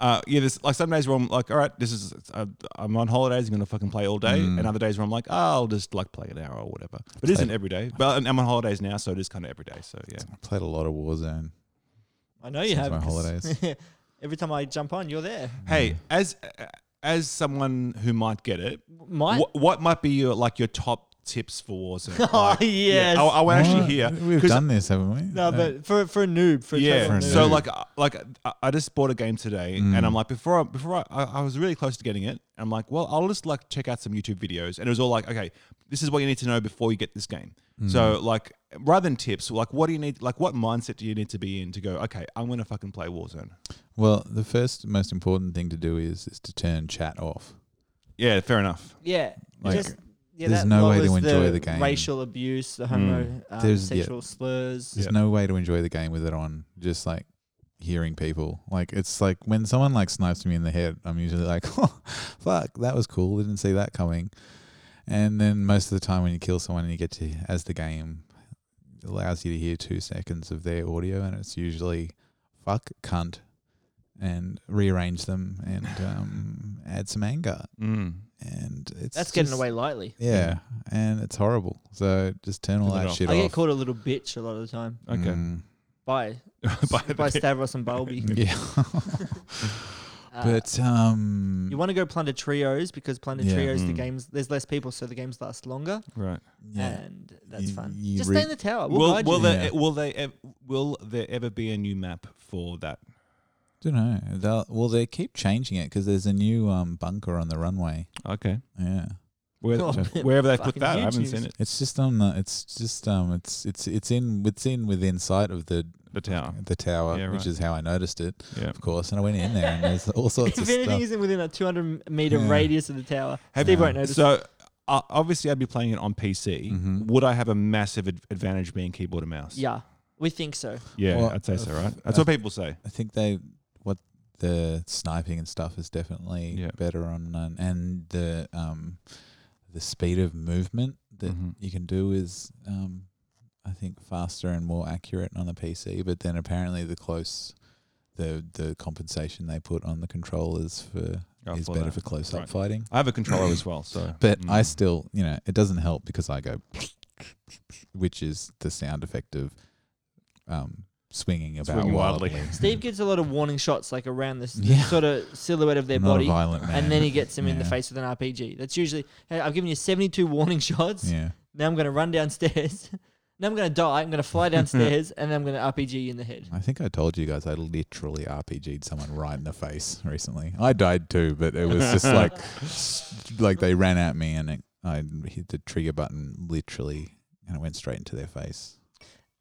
E: uh, yeah, there's like some days where I'm like, all right, this is uh, I'm on holidays, I'm gonna fucking play all day,
G: Mm.
E: and other days where I'm like, oh, I'll just like play an hour or whatever. But it isn't every day. But I'm on holidays now, so it is kind of every day. So yeah,
G: I played a lot of Warzone.
H: I know you
G: Since
H: have.
G: my *laughs*
H: 'cause
G: holidays.
H: *laughs* Every time I jump on, you're there.
G: Mm.
E: hey, as as someone who might get it,
H: Might.
E: what, what might be your like your top tips for Warzone?
H: Oh,
E: Like,
H: yes.
E: I, I won't
G: What?
E: actually hear.
G: We've
E: 'cause
G: done this, haven't we? Uh,
H: No, but for for a noob, for a
E: yeah. Mm.
H: total
G: For a
H: noob.
E: so
G: noob.
E: like, uh, like I, I just bought a game today, and I'm like, before I, before I, I, I was really close to getting it. I'm like, well, I'll just like check out some YouTube videos, and it was all like, okay, this is what you need to know before you get this game. So like, rather than tips, like, what do you need? Like, what mindset do you need to be in to go? Okay, I'm gonna fucking play Warzone.
G: Well, the first most important thing to do is is to turn chat off.
E: Yeah, fair enough.
H: yeah,
G: Like,
H: just, yeah,
G: there's
H: that
G: no way to
H: lowers
G: enjoy the game. Mm.
H: Racial abuse, the homo, um,
G: There's- yeah.
H: sexual slurs.
G: There's
E: Yeah.
G: no way to enjoy the game with it on. Just like hearing people. Like it's like when someone like snipes me in the head, I'm usually like, *laughs* oh, fuck, that was cool. Didn't see that coming. And then most of the time when you kill someone and you get to as the game allows you to hear two seconds of their audio and it's usually fuck, cunt and rearrange them and um, add some anger.
E: Mm.
G: And it's
H: That's getting
G: just-
H: away lightly.
G: Yeah, and it's horrible. So just turn all
E: Turn it
G: that
E: off.
G: shit
H: I get
G: off.
H: called a little bitch a lot of the time
E: Okay. *laughs*
G: Mm,
H: by
G: *laughs*
E: By
H: by
E: the-
H: Stavros and Bulby.
G: yeah,
H: *laughs* Uh,
G: but um,
H: you want to go plunder trios because plunder
G: Yeah.
H: trios the
E: Mm.
H: games there's less people, so the games last longer,
E: right.
G: yeah,
H: and that's
G: You-
H: fun.
G: you
H: just
G: re-
H: stay in the tower. We'll,
E: will
H: guide
E: will
H: you.
E: there e,
G: Yeah.
E: will they ev- will there ever be a new map for that?
G: don't know. They'll, well, they keep changing it because there's a new um bunker on the runway.
E: Okay.
G: Yeah,
H: *laughs*
E: Where,
H: Oh,
E: wherever they put
H: fucking
E: that, I haven't
H: YouTubes.
E: seen it.
G: it's just on the. It's just um, it's it's it's in it's in within sight of the
E: The tower.
G: the tower,
E: Yeah,
G: which
E: right.
G: is how I noticed it,
E: Yeah.
G: of course. And I went in there and there's
H: *laughs*
G: all sorts of
H: If anything
G: stuff.
H: isn't within a 200 meter
G: Yeah.
H: radius of the tower,
E: Have
H: Steve
G: you-
H: won't notice.
E: So uh, obviously, I'd be playing it on PC.
G: Mhm.
E: Would I have a massive ad- advantage being keyboard and mouse?
H: yeah, we think so.
E: yeah,
G: Well,
E: I'd say so. Right, that's
G: uh,
E: what people say.
G: I think they what the sniping and stuff is definitely
E: Yeah.
G: better on, and, and the um the speed of movement that
E: Mhm.
G: you can do is um I think faster and more accurate on the PC. But then apparently the close the the compensation they put on the controllers for
E: Oh,
G: is
E: for
G: better
E: that.
G: for close up
E: Right.
G: fighting.
E: I have a controller as well, so
G: But I
E: Mm.
G: still, you know, it doesn't help because I go, which is the sound effect of um, swinging about
E: Swinging
G: wildly.
E: wildly. *laughs*
H: Steve gets a lot of warning shots like around
G: *laughs*
H: this
G: Yeah.
H: sort of silhouette of their
G: I'm not a
H: body,
G: violent man.
H: and then he gets him in the
G: Yeah.
H: face with an RPG. That's usually hey, I've given you seventy-two warning *laughs* shots.
G: *laughs* Yeah.
H: Now I'm going to run downstairs. *laughs* now I'm going to die. I'm going
G: *laughs*
H: to fly downstairs, and then I'm going to RPG you in the head.
G: I think I told you guys I literally RPG'd someone right in the face recently. I died too, but it was
H: *laughs*
G: just like, like they ran at me and it, I hit the trigger button literally and it went straight into their face.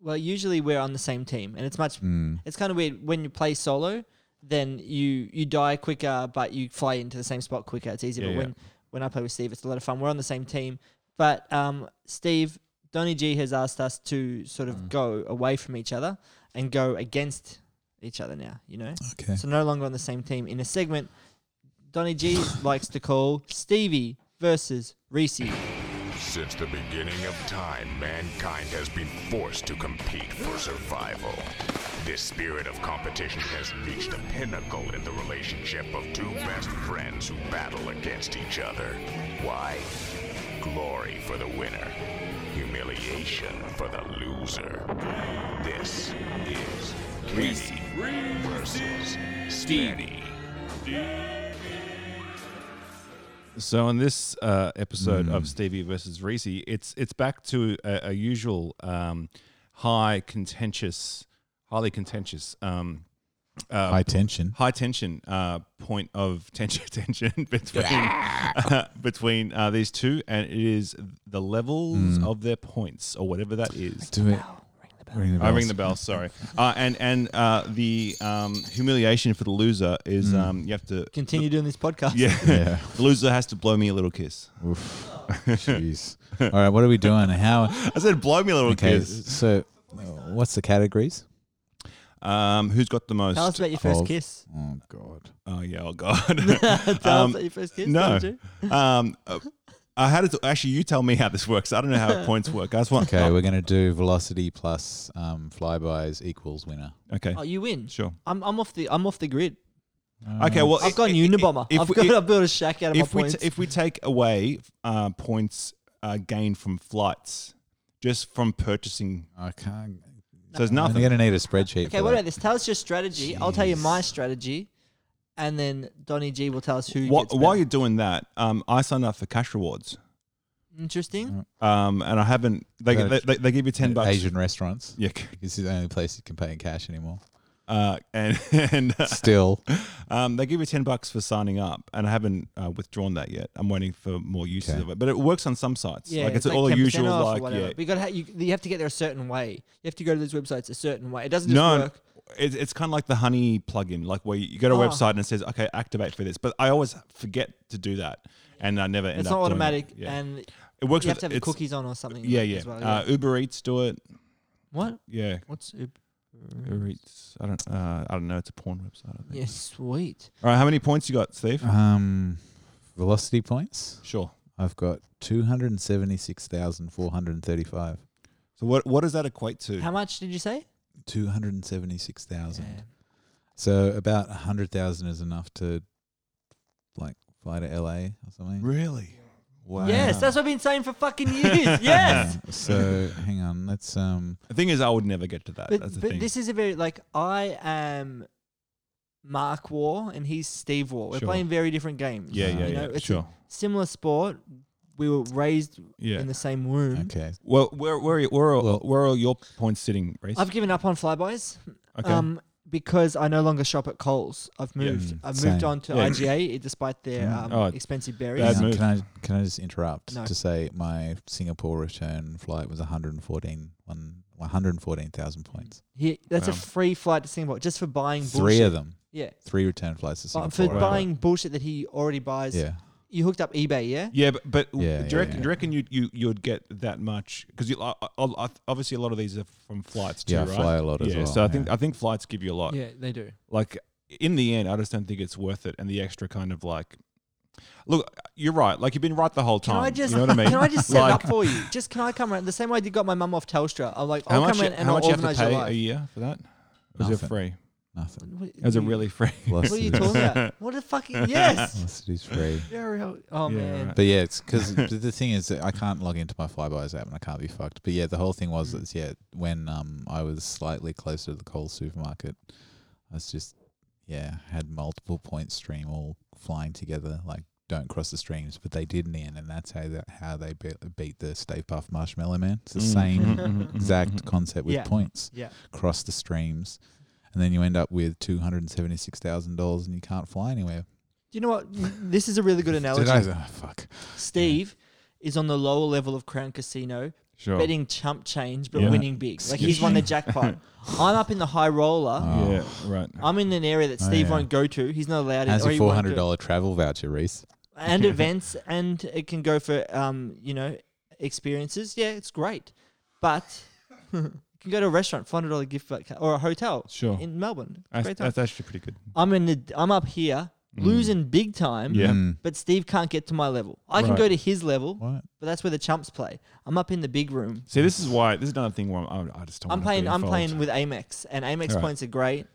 H: Well, usually we're on the same team, and it's much.
E: Hmm.
G: Mm.
H: It's kind of weird when you play solo. Then you you die quicker, but you fly into the same spot quicker. It's easier.
E: Yeah,
H: but
E: yeah.
H: when when I play with Steve, it's a lot of fun. We're on the same team, but um, Steve Donny G has asked us to sort of
E: Hmm.
H: go away from each other and go against each other now. You know,
G: Okay.
H: so no longer on the same team. In a segment, Donny
E: *laughs*
H: G likes to call Stevie versus Reese.
L: Since the beginning of time, mankind has been forced to compete for survival. This spirit of competition has reached a pinnacle in the relationship of two best friends who battle against each other. Why? Glory for the winner, humiliation for the loser. This is Kenny versus Stevie.
E: So on this uh, episode
G: Mm.
E: of Stevie versus Reese, it's it's back to a, a usual um, high contentious, highly contentious, um, uh,
G: High tension.
E: high tension uh, point of *laughs* tension tension between *laughs* between uh, these two, and it is the levels
G: Mm.
E: of their points or whatever that is.
G: Do it. Ring the
E: I ring
G: bells.
E: the bell. Sorry, uh, and and uh, the um, humiliation for the loser is
G: Mm.
E: um, you have to *laughs*
H: Continue doing this podcast.
E: Yeah,
G: Yeah.
E: the loser has to blow me a little kiss.
G: Oof. Jeez. All right, what are we doing? How?
E: I said, blow me a little
G: Okay,
E: kiss.
G: so uh, what's the categories?
E: Um, who's got the most?
H: Tell us about your first
G: Of-
H: kiss.
G: Oh God.
E: oh yeah, oh god.
H: *laughs* Tell us about your first kiss.
E: um, *laughs* no.
H: don't
E: um, uh, uh, how does actually you tell me how this works? I don't know
H: *laughs*
E: how points work. I just want
G: Okay, we're gonna do velocity plus um, flybys equals winner.
E: okay,
H: you? Oh, you win.
E: sure.
H: I'm, I'm off the I'm off the grid.
E: Okay, well,
H: Um, I've got
E: i-
H: an
E: i- i-
H: Unabomber.
E: if
H: I've
E: we-
H: got
E: if-
H: I built a shack out of
E: if
H: my
E: we
H: points.
E: t- if we take away uh, points uh, gained from flights, just from purchasing,
G: I can't.
E: so there's
G: I'm
E: nothing.
G: gonna need a spreadsheet.
H: okay,
G: for
H: what
G: that.
H: about this? Tell us your strategy. I'll tell you my strategy, and then Donny G will tell us who.
E: Wha-
H: gets
E: while
H: better.
E: you're doing that, um, I signed up for cash rewards,
H: interesting?
E: um, and I haven't. They,
G: Is that
E: they,
G: a-
E: they, they give you ten bucks.
G: Asian restaurants.
E: Yeah,
G: This is the only place you can pay in cash anymore. *laughs*
E: uh, and and *laughs* uh,
G: Still,
E: Um, they give you ten bucks for signing up, and I haven't uh, withdrawn that yet. I'm waiting for more uses
G: Okay.
E: of it, but it works on some sites.
H: Yeah,
E: like it's, all the
H: 10%
E: usual,
H: off or
E: like
H: whatever.
E: yeah.
H: But you got to you, you have to get there a certain way. You have to go to those websites a certain way. It doesn't just
E: No,
H: work.
E: it's it's kind of like the Honey plugin, like where you go to a
H: Oh.
E: website and it says, "Okay, activate for this," but I always forget to do that, and I never end
H: It's
E: up.
H: not
E: doing it.
H: automatic,
E: Yeah.
H: and
E: it works.
H: you have
E: with-
H: to have
E: it's-
H: cookies on or something.
E: Yeah, yeah.
H: as well,
E: Uh, Uber Eats do it.
H: what?
E: Yeah,
H: What's Uber?
E: Uber Eats. I don't. Uh, I don't know. It's a porn website. I think.
H: Yeah, sweet.
E: All right. How many points you got, Steve?
G: um, velocity points.
E: Sure.
G: I've got two hundred and seventy-six thousand four hundred thirty-five.
E: So what what does that equate to?
H: How much did you say?
G: Two hundred and seventy-six thousand.
H: Yeah.
G: So about a hundred thousand is enough to, like, fly to LA or something.
E: really? Wow.
H: Yes, that's what I've been saying for fucking
E: *laughs*
H: years. yes.
G: Yeah, So hang on, let's um.
E: The thing is, I would never get to that.
H: But,
E: that's the
H: but
E: thing.
H: this is a very like I am Mark War and he's Steve War. We're
E: Sure.
H: playing very different games.
E: yeah, yeah,
H: you know,
E: yeah.
H: it's a
E: Sure.
H: Similar sport. We were raised
E: Yeah.
H: in the same womb.
G: Okay,
E: Well, where where are- where are,
G: Well-
E: where are your points sitting, Reese?
H: I've given up on flybys.
E: okay.
H: Um, because I no longer shop at Coles. I've moved.
G: Mm,
H: I've
G: same.
H: moved on to
E: Yeah.
H: IGA, eh, despite their
G: Mm.
H: um,
E: Oh,
H: expensive berries.
E: Bad
G: Hang on,
E: move.
G: can I can I just interrupt
H: No.
G: to say my Singapore return flight was 114 one, 114,000 points.
H: Here- that's a
E: Wow.
H: free flight to Singapore just for buying bullshit.
G: Three of them,
H: Yeah,
G: three return flights to
H: but
G: Singapore.
H: for
E: Wow.
H: buying bullshit that he already buys.
G: yeah,
H: You hooked up eBay, yeah?
E: yeah, but, but
G: Yeah,
E: do,
G: yeah,
E: you reckon,
G: yeah.
E: do you reckon you you you'd get that much? Because you I, I, I, obviously a lot of these are from flights too,
G: yeah, I
E: right?
G: fly a lot as
E: yeah,
G: well.
E: so I think
G: yeah.
E: I think flights give you a lot.
H: they do.
E: Like in the end, I just don't think it's worth it, and the extra kind of like. Look, you're right. Like you've been right the whole
H: Can
E: time.
H: I just
E: you know what I mean?
H: *laughs* can
E: *laughs*
H: I just set
E: like,
H: it up for you? Just can I come around the same way I did got my mum off Telstra? I'm like,
E: How
H: I'll
E: much?
H: come in and
E: how
H: I'll
E: much you have to
H: organise your
E: pay a
H: life.
E: year for that? Was it
G: Nothing.
E: free?
G: nothing.
H: What-
E: It was a
H: you-
E: really free. *laughs*
H: What are you talking about? What a fucking yes!
G: Velocity's free.
H: Yeah, real- Oh
E: Yeah,
H: man,
E: right.
G: But yeah, it's
H: *laughs*
G: because the thing is, that I can't log into my Flybuys app and I can't be fucked. But yeah, the whole thing
H: Mm.
G: was that yeah, when um I was slightly closer to the Coles supermarket, I was just yeah had multiple point stream all flying together like don't cross the streams, but they did in the end, and that's how that how they be- beat the Stay Puft Marshmallow Man.
H: Mm-hmm.
G: It's the same exact concept with
H: Yeah.
G: points.
H: Yeah.
G: cross the streams, and then you end up with two hundred and seventy six thousand dollars, and you can't fly anywhere.
H: do you know what? This is a really good analogy.
G: Did I, oh, fuck.
H: Steve is on the lower level of Crown Casino,
E: Sure.
H: betting chump change but
E: Yeah.
H: winning big. Like he's won the jackpot.
E: *laughs*
H: I'm up in the high roller.
E: Yeah. Right.
H: I'm in an area that
G: Oh,
H: Steve
G: yeah.
H: won't go to. He's not allowed in.
G: How's
H: or
G: your
H: he
G: four
H: won't do
G: hundred
H: it.
G: dollar travel voucher, Reese?
E: *laughs*
H: and events and it can go for um you know experiences yeah it's great but *laughs* you can go to a restaurant find a dollar gift card or a hotel
E: Sure.
H: in melbourne it's a
E: That's,
H: great time.
E: that's actually pretty good. Mm.
H: i'm in the i'm up here losing big time
E: Yeah.
H: but steve can't get to my level i can go
E: Right.
H: to his level
G: What?
H: but that's where the chumps play i'm up in the big room
E: See, this is why this is another thing where I'm, I just don't.
H: i'm
E: wanna
H: playing
E: be
H: i'm
E: involved.
H: playing with amex and amex
E: Alright.
H: points are great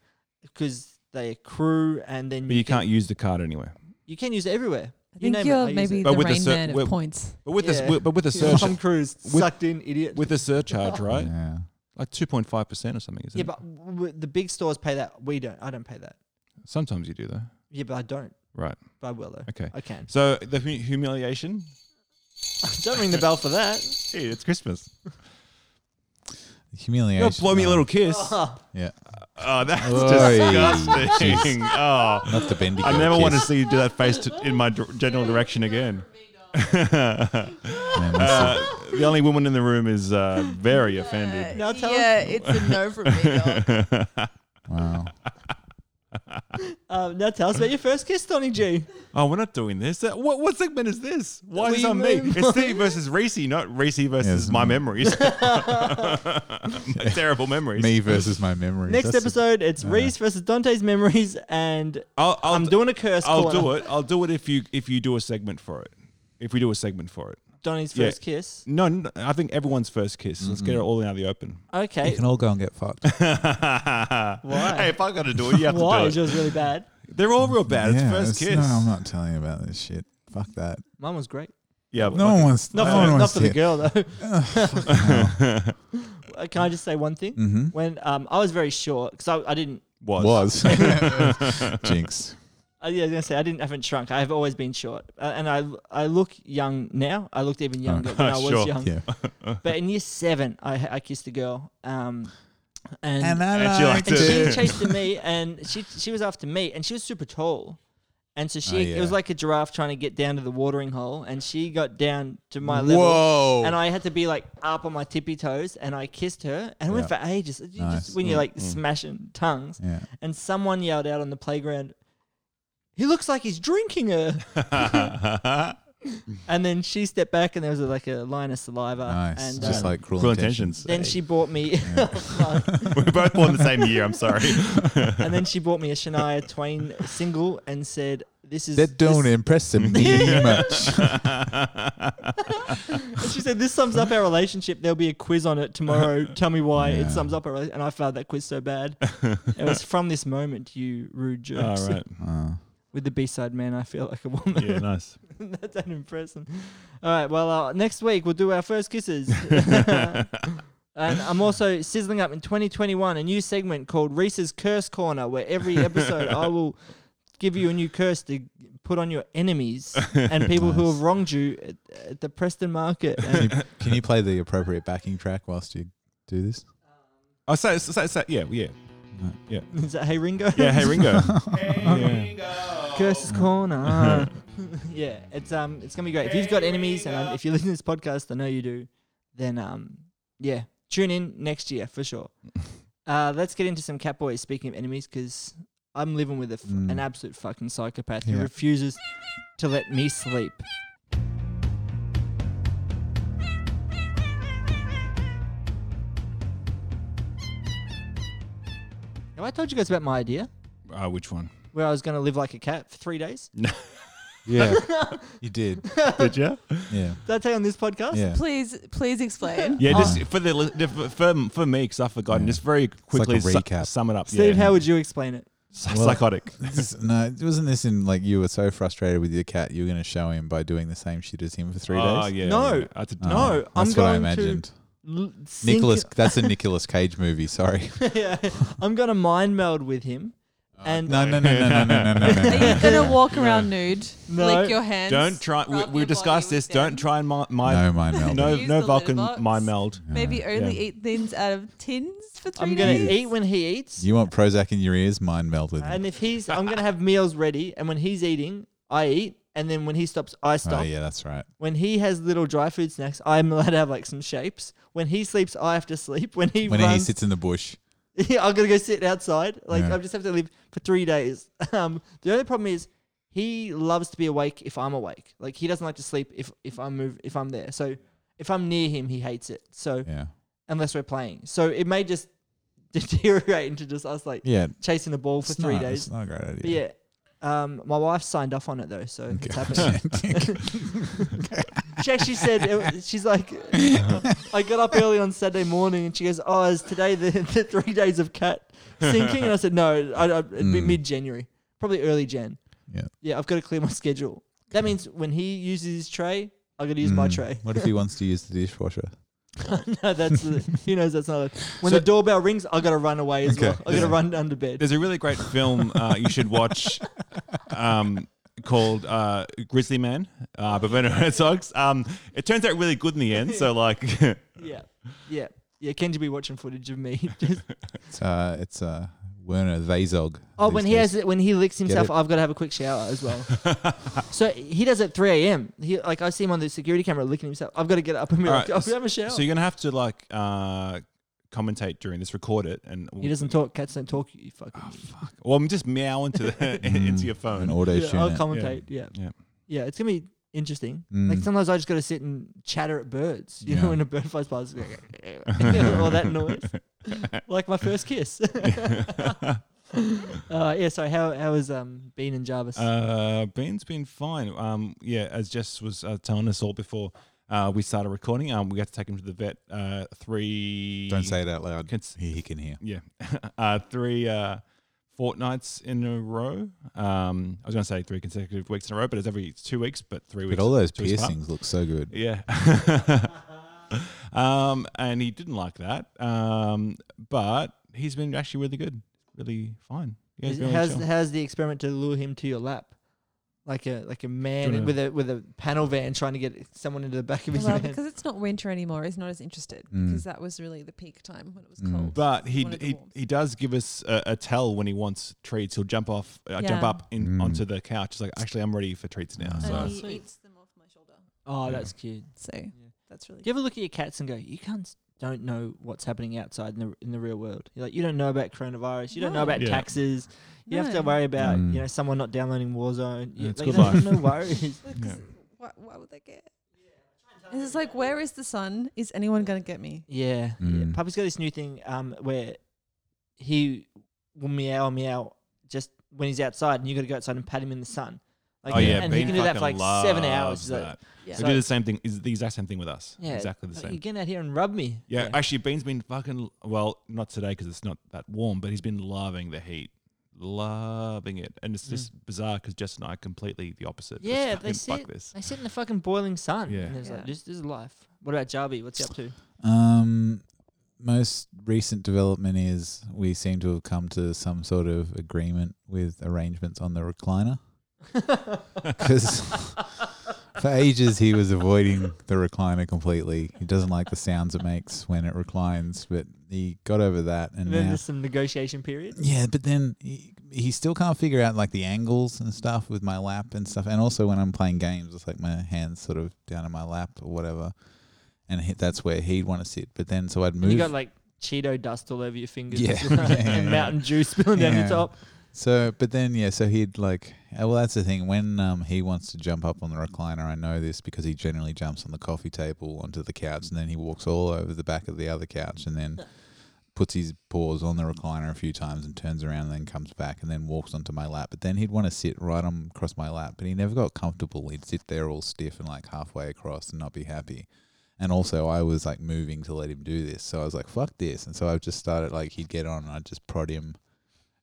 H: because they accrue and then
E: but you
H: can-
E: can't use the card anywhere.
H: you can use it everywhere
J: I think
H: you name it,
J: you're
H: I use
J: maybe
H: it.
E: But
J: the
E: with the
J: rain
E: cer-
J: man
E: with-
J: of points.
E: But with
H: Yeah.
E: the but with the surge,
H: *laughs* Tom Cruise sucked in
E: *laughs*
H: idiot
E: with the surcharge, right?
G: Yeah.
E: Like two point five percent or something, isn't
H: Yeah,
E: it?
H: but w- w- the big stores pay that. We don't. I don't pay that.
E: Sometimes you do though.
H: Yeah, but I don't.
E: Right.
H: I will though.
E: Okay.
H: I can.
E: So the hu- humiliation.
H: Don't ring the bell for that.
E: Hey, it's Christmas.
G: Humiliation.
E: Don't blow me a
G: man.
E: little
H: *laughs*
E: kiss.
H: Oh.
E: *laughs*
G: Yeah.
E: Oh, that's
G: Oy, jeez.
E: disgusting. Oh,
G: Not the bendy
E: I
G: girl
E: never want to
G: kiss.
E: see you do that face to, in my dr- general direction again. Uh, the only woman in the room is uh, very offended.
H: Now tell
J: yeah,
H: us.
J: it's a no from me. Dog.
G: Wow.
H: Uh, now tell us about your first kiss, Tony G.
E: Oh, we're not doing this. Uh, What, what segment is this? Why is
H: We
E: it on me?
H: move
E: It's Steve versus Reese, not Reese versus
G: Yes. *laughs*
E: my memories. *laughs* My terrible memories.
G: Me versus my memories.
H: Next
G: That's a-
H: episode, it's Reese versus Dante's memories, and
E: I'll, I'll,
H: I'm doing a curse.
E: I'll
H: corner.
E: do it. I'll do it if you if you do a segment for it. If we do a segment for it.
H: Donnie's
E: Yeah.
H: first kiss.
E: No, no I think everyone's first kiss. Let's get it
G: Mm-hmm.
E: all out of
G: *laughs*
E: the open. *laughs*
G: You
H: Okay.
G: can all go and get fucked.
H: Why?
E: Hey, if I got to do it, you have
H: Why?
E: to
H: Yours
E: do it.
H: was really bad.
E: They're all real bad.
G: Yeah,
E: it's first
G: it's-
E: kiss.
G: No, I'm not telling you about this shit. Fuck that.
H: Mine was great.
E: Yeah, but
G: No one wants.
H: Not
G: no
H: for,
G: one
H: the, not
G: wants
H: for
G: to Oh,
H: the girl though.
G: *laughs*
H: Uh, *laughs* Can I just say one thing?
G: Mm-hmm.
H: When um, I was very short because I, I didn't.
E: was.
G: Was.
E: *laughs*
G: *laughs* Jinx.
H: Uh, yeah, I was gonna say I didn't. I haven't shrunk. I have always been short, uh, and I I look young now. I looked
G: *laughs*
H: even younger *laughs* when I was
E: sure.
H: young.
G: Yeah.
H: But in year seven, I I kissed a girl. Um, and
E: And she liked
G: *laughs*
H: and she
E: it.
H: chased me, and she she was after me, and she was super tall, and so she
G: Oh,
H: it was
G: yeah.
H: like a giraffe trying to get down to the watering hole, and she got down to my level,
G: Whoa.
H: and I had to be like up on my tippy toes, and I kissed her, and it went for
G: Yeah.
H: ages.
G: Nice.
H: You
G: Mm.
H: Just when you're like smashing tongues,
G: Yeah.
H: and someone yelled out on the playground, "He looks like he's drinking her,"
G: *laughs*
H: and then she stepped back, and there was like a line of saliva,
G: Nice.
H: *laughs* and
G: Just
H: um,
G: like cruel,
E: Cruel
G: intentions.
E: intentions.
H: then she
G: *laughs*
H: bought me.
E: We're both born the same year. I'm sorry.
H: And then she bought me a Shania Twain single and said, "This is."
G: That don't
H: *laughs* this,
G: impress me much.
H: and She said, "This sums up our relationship. There'll be a quiz on it
E: *laughs*
H: tomorrow. Tell me why it
G: Yeah.
H: sums up our." rela-" And I found that quiz so bad. it was from this moment, you
E: *laughs*
H: rude
E: All
H: jerks.
E: Ah, right.
G: Oh.
H: *laughs* With the B-side man, I feel like a woman. *laughs*
E: Yeah, nice.
H: that don't impress them. All right. Well, uh, next week we'll do our first
E: *laughs*
H: kisses. *laughs* And I'm also sizzling up in 2021 a new segment called Reese's Curse Corner, where every
E: *laughs*
H: episode I will give you a new curse to put on your enemies and people who have wronged you at, at the Preston market. And
G: Can you- Can you play the appropriate backing track whilst you do this?
E: Oh, say, say, say, yeah, yeah,
H: is that Hey Ringo?
E: yeah. Hey,
G: *laughs*
E: Ringo.
H: Curse's Corner. yeah, it's um, it's gonna be great. If you've got enemies, and um, if you *laughs* listen to this podcast, I know you do, then um, yeah, tune in next year for sure. Uh, let's get into some Catboys. Speaking of enemies, because I'm living with a f- an absolute fucking psychopath who
G: Yeah.
H: refuses to let me sleep. Have I told you guys about my idea?
E: Uh, which one?
H: where I was going to live like a cat for three days.
E: *laughs*
G: Yeah. you did.
E: Did you?
G: Yeah.
H: Did I tell you on this podcast?
G: Yeah.
J: Please, please explain.
E: Yeah, just for the li- the- for for- for me because I've forgotten.
G: Yeah.
E: Just very
G: like
E: quickly
G: a
E: su-
G: recap.
E: sum it up.
H: Steve,
E: yeah.
H: how would you explain it?
E: Psy- psychotic?
G: This- no, it wasn't this in like you were so frustrated with your cat you were going to show him by doing the same shit as him for three
E: Oh,
G: days?
E: yeah.
H: No.
E: yeah. That's a-
G: Oh,
H: No,
G: that's
H: I'm
G: what I
H: going to
G: imagined.
H: L- sink-
G: Nicholas,
H: *laughs*
G: that's a Nicholas Cage movie.
E: *laughs*
G: Sorry.
H: Yeah. I'm going to mind meld with him. And
G: Uh, No, no, no, no, no, no, no, no, no.
J: Are you gonna walk around nude?
H: No.
J: Lick your hands.
E: Don't try. We,
J: rub
E: we
J: your
E: discussed
J: body
E: this.
J: with
E: Don't
J: them.
E: try and my,
G: No,
E: my
G: my Melbourne.
E: no
J: Use
E: no
J: the
E: Vulcan
J: litter box.
E: my meld.
J: Maybe only
E: Yeah.
J: eat things out of tins for 3
H: I'm going
J: days.
H: to eat when he eats.
G: You want Prozac in your ears? Oh, Mine meld with him.
H: And if he's, I'm
G: *laughs*
H: going to have meals ready. And when he's eating, I eat. And then when he stops, I stop.
G: Oh, yeah, that's right.
H: When he has little dry food snacks, I'm *laughs* allowed to have like some shapes. When he sleeps, I have to sleep. When he
G: When he
H: runs,
G: sits in the bush.
H: yeah, *laughs* I'm gonna go sit outside. Like
G: Yeah.
H: I just have to live for three days. *laughs* Um, the only problem is he loves to be awake if I'm awake. Like he doesn't like to sleep if if I move if I'm there. So if I'm near him, he hates it. So
G: Yeah.
H: unless we're playing, so it may just *laughs* deteriorate into just us like
G: Yeah.
H: chasing a ball for
G: it's
H: three
G: not-
H: days.
G: It's not a great idea.
H: But yeah, um, my wife signed off on it though, so
G: *laughs*
H: it's happening.
E: *laughs*
G: Happening.
H: She actually said it, wa- she's like, *laughs* I got up early on Saturday morning, and she goes, "Oh, is today the, *laughs* the three days of cat sinking?" And I said, "No, I, I, it'd be
G: Mm.
H: mid January, probably early Jan.
G: Yeah.
H: yeah, I've got to clear my schedule. That means when he uses his tray, I got to use
G: Hmm.
H: my tray. *laughs*
G: What if he wants to use the dishwasher?
H: no, that's he knows that's not. A, when
E: So-
H: the doorbell rings, I got to run away as
G: Okay.
H: well. I got to run under bed.
E: There's a really great film uh, you should watch. Um, called uh, Grizzly Man uh, by Werner Herzog's. Um, it turns out really good in the end. So like, *laughs*
H: yeah, yeah, yeah. Kenji be watching footage of me. *laughs* Just,
G: It's, uh, it's uh, Werner Herzog.
H: oh, when
G: these
H: he
G: days.
H: has it, when he licks
G: Get
H: himself,
G: it?
H: I've got to have a quick shower as well.
G: *laughs*
H: so he does it 3 a.m. He like I see him on the security camera licking himself. I've got to get up and be
E: All
H: like,
E: right,
H: I'll have a shower.
E: So you're gonna have to like uh, commentate during this, record it, and
H: he doesn't talk. Cats don't talk. You fucking.
G: Ah,
E: Well, I'm just meow into the, *laughs* into your phone.
G: and auto
H: yeah, oh,
G: tune.
H: I'll
G: it.
H: commentate. Yeah.
E: Yeah.
H: Yeah, it's gonna be interesting. Like
G: Mm.
H: sometimes I just gotta sit and chatter at birds. You
G: Yeah.
H: know, when a bird flies past, like, *laughs* all that
G: *laughs*
H: noise. like my first kiss. *laughs* uh, yeah. So how how is um Bean and Jarvis?
E: Uh, Ben's been fine. Um, yeah, as Jess was uh, telling us all before uh, we started recording, um, we had to take him to the vet. Uh, three.
G: Don't say it out loud.
E: Cons-
G: he, he can hear.
E: Yeah, *laughs* uh, three uh, fortnights in a row. Um, I was going to say three consecutive weeks in a row, but it's every two weeks, but three weeks.
G: But all those
E: two weeks apart.
G: piercings look so good.
E: Yeah. *laughs* um, and he didn't like that. Um, but he's been actually really good, really fine. Yeah, he's
H: Is-
E: been really
H: how's
E: chill.
H: how's the experiment to lure him to your lap? Like a like a
E: wanna-
H: man with a with a panel van trying to get someone into the back
J: *laughs*
H: of his
J: Well,
H: van.
J: because it's not winter anymore, he's not as interested
G: Mm.
J: because that was really the peak time when it was
G: Mm.
J: cold.
E: But
J: He
E: he
J: wanted the
E: he,
J: warmth.
E: he does give us a, a tell when he wants treats. He'll jump off, uh, jump
J: Yeah.
E: up in
G: Mm.
E: onto the couch. It's like actually, I'm ready for treats now.
J: And
E: So
J: he
I: Sweet.
J: eats them off my shoulder.
H: oh, that's cute.
J: So that's really
H: Do you ever look at your cats and go, "You can't don't know what's happening outside in the in the real world. You're like, you don't know about coronavirus. You don't know
J: No.
H: about
E: Yeah.
H: taxes. You have to
J: No.
H: worry about
G: Mm.
H: you know someone not downloading Warzone. You,
E: It's
H: like,
E: good
H: there's
E: life.
H: no worries.
J: Well, 'cause why, why would they get? It's just like, where is the sun? Is anyone going to get me?
H: yeah, yeah.
G: Mm.
H: Puppy's got this new thing um where he will meow meow just when he's outside, and you got to go outside and pat him in the sun. Like,
E: oh yeah,
H: and he
E: Bean
H: can do that for like
E: fucking
H: seven hours.
E: loves
H: He's like,
E: that.
J: Yeah.
E: We do the same thing. Is the exact same thing with us.
H: yeah,
E: exactly the
H: like,
E: same.
H: You're getting out here and rub me.
E: Yeah, actually, Bean's been fucking well, not today because it's not that warm, but he's been loving the heat, loving it, and it's just bizarre because Jess and I are completely the opposite. Just
H: Mm. Yeah, they
E: fucking
H: sit.
E: fuck this.
H: They sit in the fucking boiling sun.
E: Yeah.
H: And it's like,
J: Yeah.
H: this, this is life. What about Jarby? What's he up to?
G: Um, most recent development is we seem to have come to some sort of agreement with arrangements on the
H: *laughs*
G: recliner. Because *laughs* for ages he was avoiding the recliner completely. He doesn't like the sounds it makes when it reclines, but he got over that. And
H: And then
G: now,
H: there's some negotiation period.
G: yeah, but then he, he still can't figure out like the angles and stuff with my lap and stuff. And also when I'm playing games, it's like my hands sort of down in my lap or whatever. And he, that's where he'd want to sit. But then so I'd move.
H: And you got like Cheeto dust all over your fingers.
G: Yeah.
E: *laughs*
H: *laughs* and Mountain Dew spilling down your
G: Yeah.
H: top.
G: So, but then yeah, so he'd like. uh, Well, that's the thing. When um, he wants to jump up on the recliner, I know this because he generally jumps on the coffee table onto the couch, and then he walks all over the back of the other couch, and then puts his paws on the recliner a few times, and turns around, and then comes back, and then walks onto my lap. But then he'd want to sit right on across my lap, but he never got comfortable. He'd sit there all stiff and like halfway across, and not be happy. And also, I was like moving to let him do this, so I was like, "Fuck this!" And so I just started like he'd get on, and I'd just prod him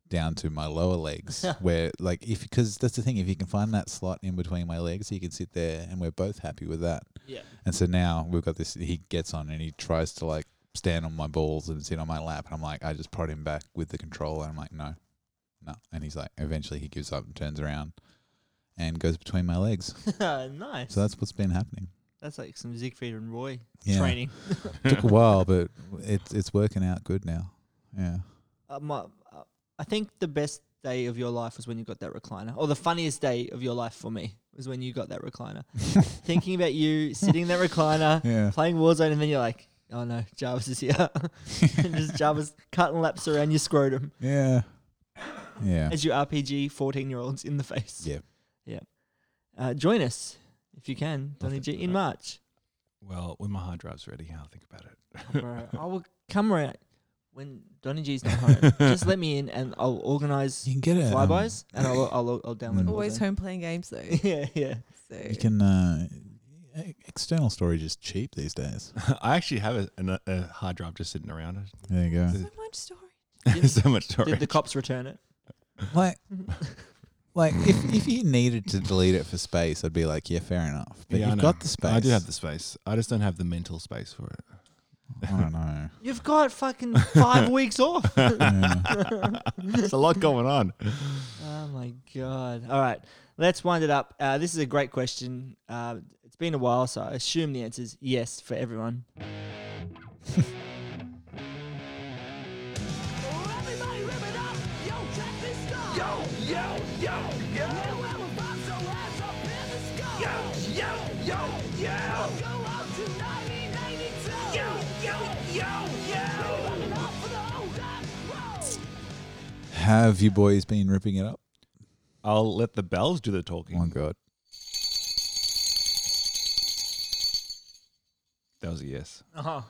G: down to my lower legs where like if because that's the thing if you can find that slot in between my legs he can sit there and we're both happy with that
H: Yeah.
G: and so now we've got this he gets on and he tries to like stand on my balls and sit on my lap and i'm like i just prod him back with the controller and i'm like no no and he's like eventually he gives up and turns around and goes between my legs
H: *laughs* nice.
G: so that's what's been happening
H: That's like some Siegfried and Roy
G: Yeah.
H: training.
G: took a while but it's it's working out good now yeah
H: Uh, my, uh, I think the best day of your life was when you got that recliner, or the funniest day of your life for me was when you got that
G: *laughs*
H: recliner. Thinking about you sitting in that recliner,
G: Yeah.
H: playing Warzone, and then you're like, "Oh no, Jarvis is here!" *laughs* and just Jarvis cutting laps around your scrotum
G: yeah yeah
H: as you RPG 14 year olds in the face.
G: Yeah.
H: yeah. Uh, join us if you can, Donny G,
G: *laughs*
H: in March.
E: Well, when my hard drive's ready, I'll think about it. *laughs*
H: Bro, I will come around when Donny G's
G: *laughs*
H: not home. just let me in, and I'll organize
G: you can get um, it
H: flybys, and I'll I'll, I'll download.
G: Mm.
J: Um, Always
H: Warzone.
J: home playing games though.
H: *laughs* yeah, yeah.
J: So
G: You can. Uh, e- external storage is cheap these days.
E: I actually have a, an- a hard drive just sitting around. *laughs*
G: There you go.
J: so much story.
H: Did-
E: so much
H: Did the
E: storage.
H: cops
E: *laughs*
H: return it?
G: Like, like if if you needed to delete it for space, I'd be like, yeah, fair enough. But
E: Yeah, I
G: you've
E: know.
G: got the space.
E: I do have the space. I just don't have the mental space for it.
G: I don't know.
H: You've got fucking five
J: *laughs*
H: weeks off.
G: Yeah.
E: There's a lot going on.
H: Oh my god! All right, Let's wind it up. Uh, this is a great question. Uh, it's been a while, so I assume the answer is yes for everyone.
B: Yo, yo, yo, yo. Yo, yo, yo, yo. Yo, yo, yo, yo.
G: Have you boys been ripping it up?
E: I'll let the bells do the talking.
G: Oh, my God.
E: That was a yes.
H: Uh-huh.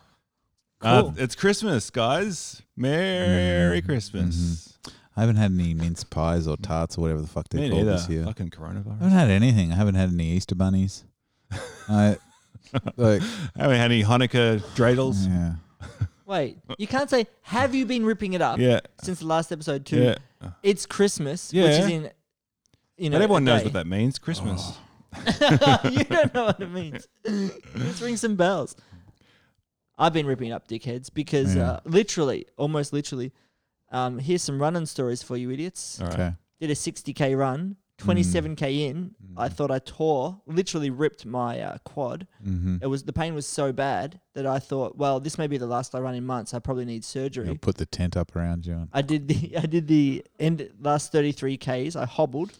E: Uh,
H: Cool.
E: it's Christmas, guys. Merry Christmas.
G: I haven't had any mince pies or tarts or whatever the fuck
E: Me
G: they're called
E: neither.
G: this year.
E: Fucking
G: I
E: coronavirus. *laughs*
G: haven't had anything. I haven't had any Easter bunnies. I like
E: I haven't had any Hanukkah dreidels.
G: yeah.
H: Wait, you can't say, have you been ripping it up
E: Uh, Yeah.
H: since the last episode, too?
E: Yeah.
H: It's Christmas, which
E: Yeah.
H: is in, you know,
E: but everyone
H: a
E: knows
H: day.
E: what that means. Christmas.
H: *laughs* you don't know what it means. Let's ring some bells. I've been ripping up dickheads because
G: Yeah.
H: uh, literally, almost literally, um, here's some running stories for you idiots.
E: All right.
G: Okay.
H: Did a 60k run, 27k
G: Mm.
H: in. I thought I tore, literally ripped my uh, quad.
G: Mm-hmm.
H: It was the pain was so bad that I thought, well, this may be the last I run in months. I probably need surgery.
G: I'll put the tent up around you. And
H: I did the *laughs* I did the end last 33 k's. I hobbled,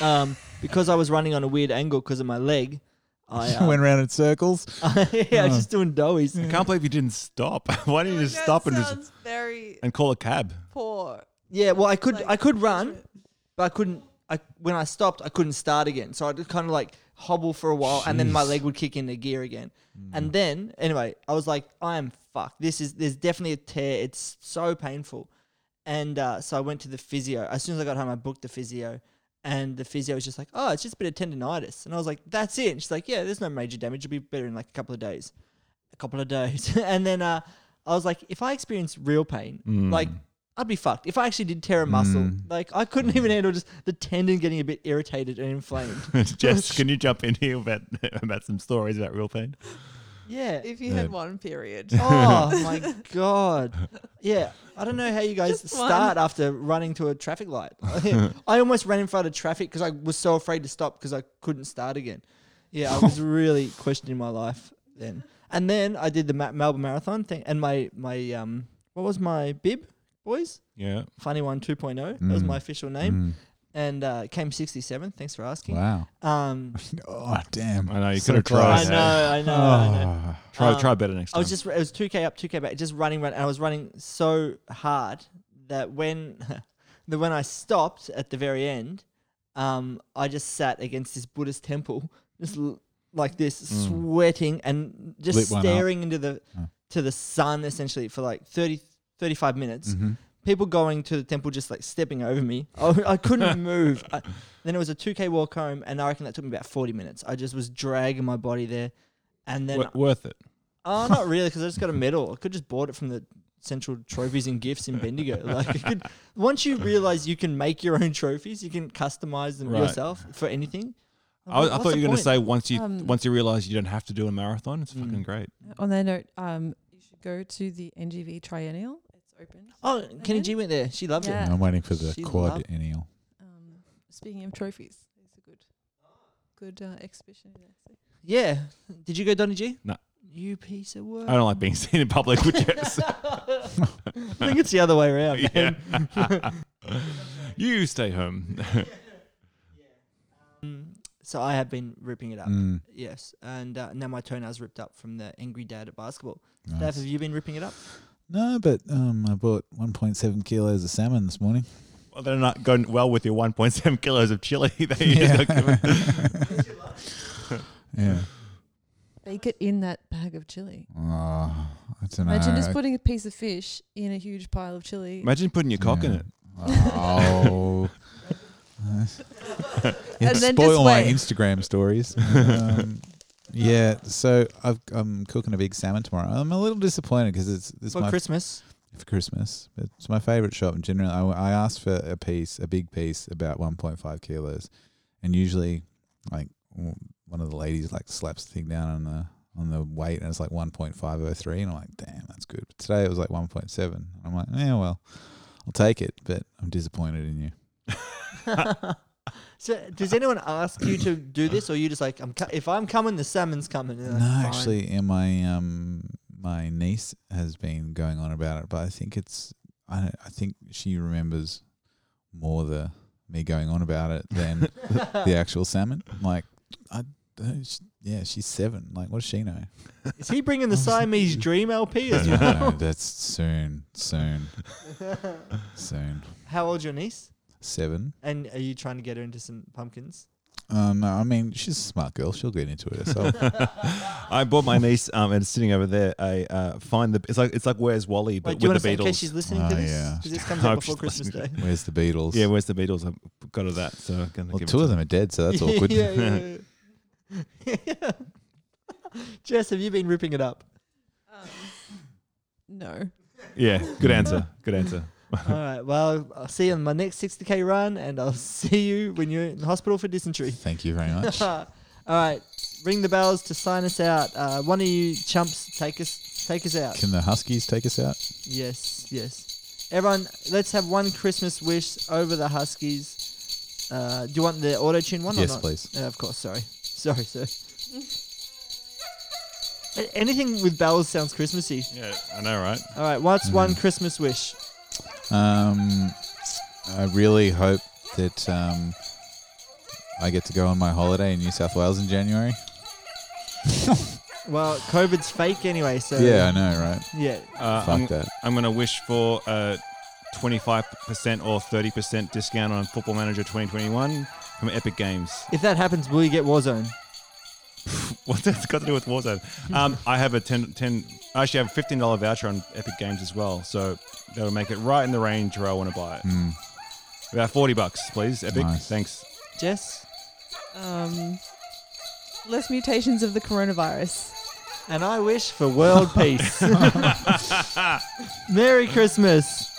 H: um, because I was running on a weird angle because of my leg. I
G: *laughs*
H: uh,
G: went around in circles.
H: *laughs* yeah, I was just doing doughies.
E: I can't believe you didn't stop. *laughs* Why didn't you just stop and just
J: very
E: and call a cab? *laughs*
J: poor.
H: Yeah, well, I could
J: Like,
H: I could run, but I couldn't. I when I stopped, I couldn't start again. So I'd kind of like hobble for a while, and then my leg would kick into gear again. And then anyway, I was like, I am fucked. This is there's definitely a tear. It's so painful. And uh, so I went to the physio. As soon as I got home, I booked the physio. And the physio was just like, oh, it's just a bit of tendonitis. And I was like, that's it. And she's like, yeah, there's no major damage. It'll be better in like a couple of days. A couple of days. *laughs* and then uh, I was like, if I experience real pain, like, I'd be fucked. If I actually did tear a muscle, like, I couldn't even handle just the tendon getting a bit irritated and inflamed.
E: Jess, can you jump in here about *laughs* about some stories about real pain?
H: yeah.
J: If you had one period, *laughs*
H: Oh my god! Yeah, I don't know how you guys
J: Just one.
H: start after running to a
G: *laughs*
H: traffic light. *laughs* I almost ran in front of traffic because I was so afraid to stop because I couldn't start again. Yeah, I
G: *laughs*
H: was really questioning my life then. And then I did the Ma- Melbourne Marathon thing, and my my um, what was my bib, boys?
E: Yeah.
H: Funny one 2.0. That was
G: Mm.
H: my official name, and uh, came 67. Thanks for asking.
G: Wow.
H: Um,
G: Oh damn.
E: I know, you
G: So
E: could have
G: close.
E: tried.
H: I
E: Okay.
H: know, I know, I know.
G: Ah.
E: Oh. Try
H: Um,
E: try better next time.
H: I was just it was two k up, two k back, just running, running, and I was running so hard that when *laughs* that when I stopped at the very end, um, I just sat against this Buddhist temple, *laughs* just l- like this,
E: Mm.
H: sweating and just
G: Lit one up.
H: staring into the
G: Oh.
H: to the sun essentially for like 30, 35 minutes.
E: Mm-hmm.
H: People going to the temple just like stepping over me. *laughs* I,
E: *laughs*
H: I couldn't move. I, then it was a two k walk home, and I reckon that took me about forty minutes. I just was dragging my body there. And then
E: W- worth it.
H: Oh,
E: *laughs*
H: not really, because I just got a medal. I could just bought it from the Central Trophies and Gifts in Bendigo. *laughs* Like, you could, once you realize you can make your own trophies, you can customize them
E: Right.
H: yourself for anything.
E: I, I
H: What's
E: thought
H: the
E: you were going to
H: point? Mm.
E: say once you
J: Um,
E: once you realize you don't have to do a marathon, it's fucking great.
J: On that note, um, you should go to the NGV Triennial. It's open.
H: Oh, Kenny G went there. She loved
J: Yeah.
H: it.
G: I'm waiting for the
H: She
G: quad
H: loved-
G: ennial.
J: Um, speaking of trophies, it's a good, good uh, exhibition. in there.
H: Yeah. Did you go, Donny G?
E: No.
H: You piece of work.
E: I don't like being seen in public with
H: *laughs*
E: Jess.
H: I think it's the other
G: *laughs*
H: way around.
E: Yeah. you stay home.
H: Um, so I have been ripping it up.
G: Mm.
H: Yes. And uh, now my toenail's ripped up from the angry dad at basketball. Steph, have you been ripping it up?
G: No, but um, I bought 1.7 kilos of salmon this morning.
E: *laughs* well, they're not going well with your 1.7 kilos of chili. *laughs* They
G: Yeah.
J: Bake it in that bag of chili.
G: Oh, I don't know.
J: Imagine just putting a piece of fish in a huge pile of chili.
E: *laughs* Imagine putting your cock in it.
J: *laughs*
G: Oh.
J: And then just
G: spoil my
J: wait.
G: Instagram
E: *laughs*
G: stories. Um, yeah, so I've, I'm cooking a big salmon tomorrow. I'm a little disappointed because it's it's
H: For
G: my
H: Christmas.
G: for Christmas. It's my favorite shop in general. I, I asked for a piece, a big piece, about 1.5 kilos, and usually, like w- one of the ladies like slaps the thing down on the on the weight, and it's like 1.503, and I'm like, damn, that's good. But today it was like 1.7. I'm like, yeah, well, I'll take it, but I'm disappointed in you.
H: So does anyone ask you to do this, or you just like, I'm co- if I'm coming, the salmon's coming? and you're like,
G: No,
H: "Fine."
G: actually, and my um my niece has been going on about it, but I think it's I don't, I think she remembers more the me going on about it
H: *laughs*
G: than the, the actual salmon. Like I, don't- sh- yeah, she's seven. Like what does she know?
H: is he bringing the Siamese
G: *laughs*
H: Dream LP as *laughs*
G: no,
H: well?
G: that's soon, soon, soon.
H: How old's your niece?
G: Seven.
H: And are you trying to get her into some pumpkins?
G: Um, no, I mean she's a smart girl. She'll get into it herself.
H: *laughs*
E: I bought my niece, um, and it's sitting over there. I uh, find the it's like it's like Where's Wally, but
H: Wait, do you
E: with
H: want
E: the
H: to say in
E: Beatles. Ah,
H: case she's listening to
G: Oh,
H: this?
G: yeah.
E: *laughs*
H: 'Cause this
E: I
H: comes out
E: hope
H: before
E: she's
H: Christmas
E: listening
H: Day.
G: Where's the Beatles?
E: yeah, Where's the Beatles? I've got her that, so I'm gonna
G: well,
E: give
G: two
E: it
G: of
E: to
G: them are dead,
H: *laughs*
G: so that's awkward.
H: yeah, yeah, *laughs*
E: *laughs*
H: yeah. *laughs* Jess, have you been ripping it up?
J: No.
E: Yeah, good answer. Good answer.
H: *laughs* All right. Well, I'll see you on my next 60k run, and I'll *laughs* see you when you're in the hospital for dysentery.
G: Thank you very much.
H: All right. Ring the bells to sign us out. Uh, one of you chumps, take us, take us out.
G: Can the Huskies take us out?
H: Yes, yes. Everyone, let's have one Christmas wish over the Huskies. Uh, do you want the auto tune one?
G: Yes,
H: or not?
G: please.
H: Uh, of course. Sorry, *laughs* sorry, sir. A- Anything with bells sounds Christmassy.
E: *laughs* Yeah, I know, right?
H: All right, what's
G: Mm-hmm.
H: one Christmas wish?
G: Um, I really hope that um, I get to go on my holiday in New South Wales in January.
H: Well, COVID's fake anyway, so
G: Yeah, I know, right?
H: yeah.
E: Uh,
G: Fuck
E: I'm,
G: that.
E: I'm gonna wish for a 25% or 30% discount on Football Manager 2021 from Epic Games.
H: If that happens, will you get Warzone?
E: *laughs* What's that got to do with Warzone? Um, I have a 10, 10 I actually have a $15 voucher on Epic Games as well, so that'll make it right in the range where I want to buy it. About 40 bucks, please, Epic.
G: Nice.
E: Thanks.
H: Jess
J: Um, less mutations of the coronavirus.
G: *laughs*
H: and I wish for world peace. *laughs* Merry Christmas.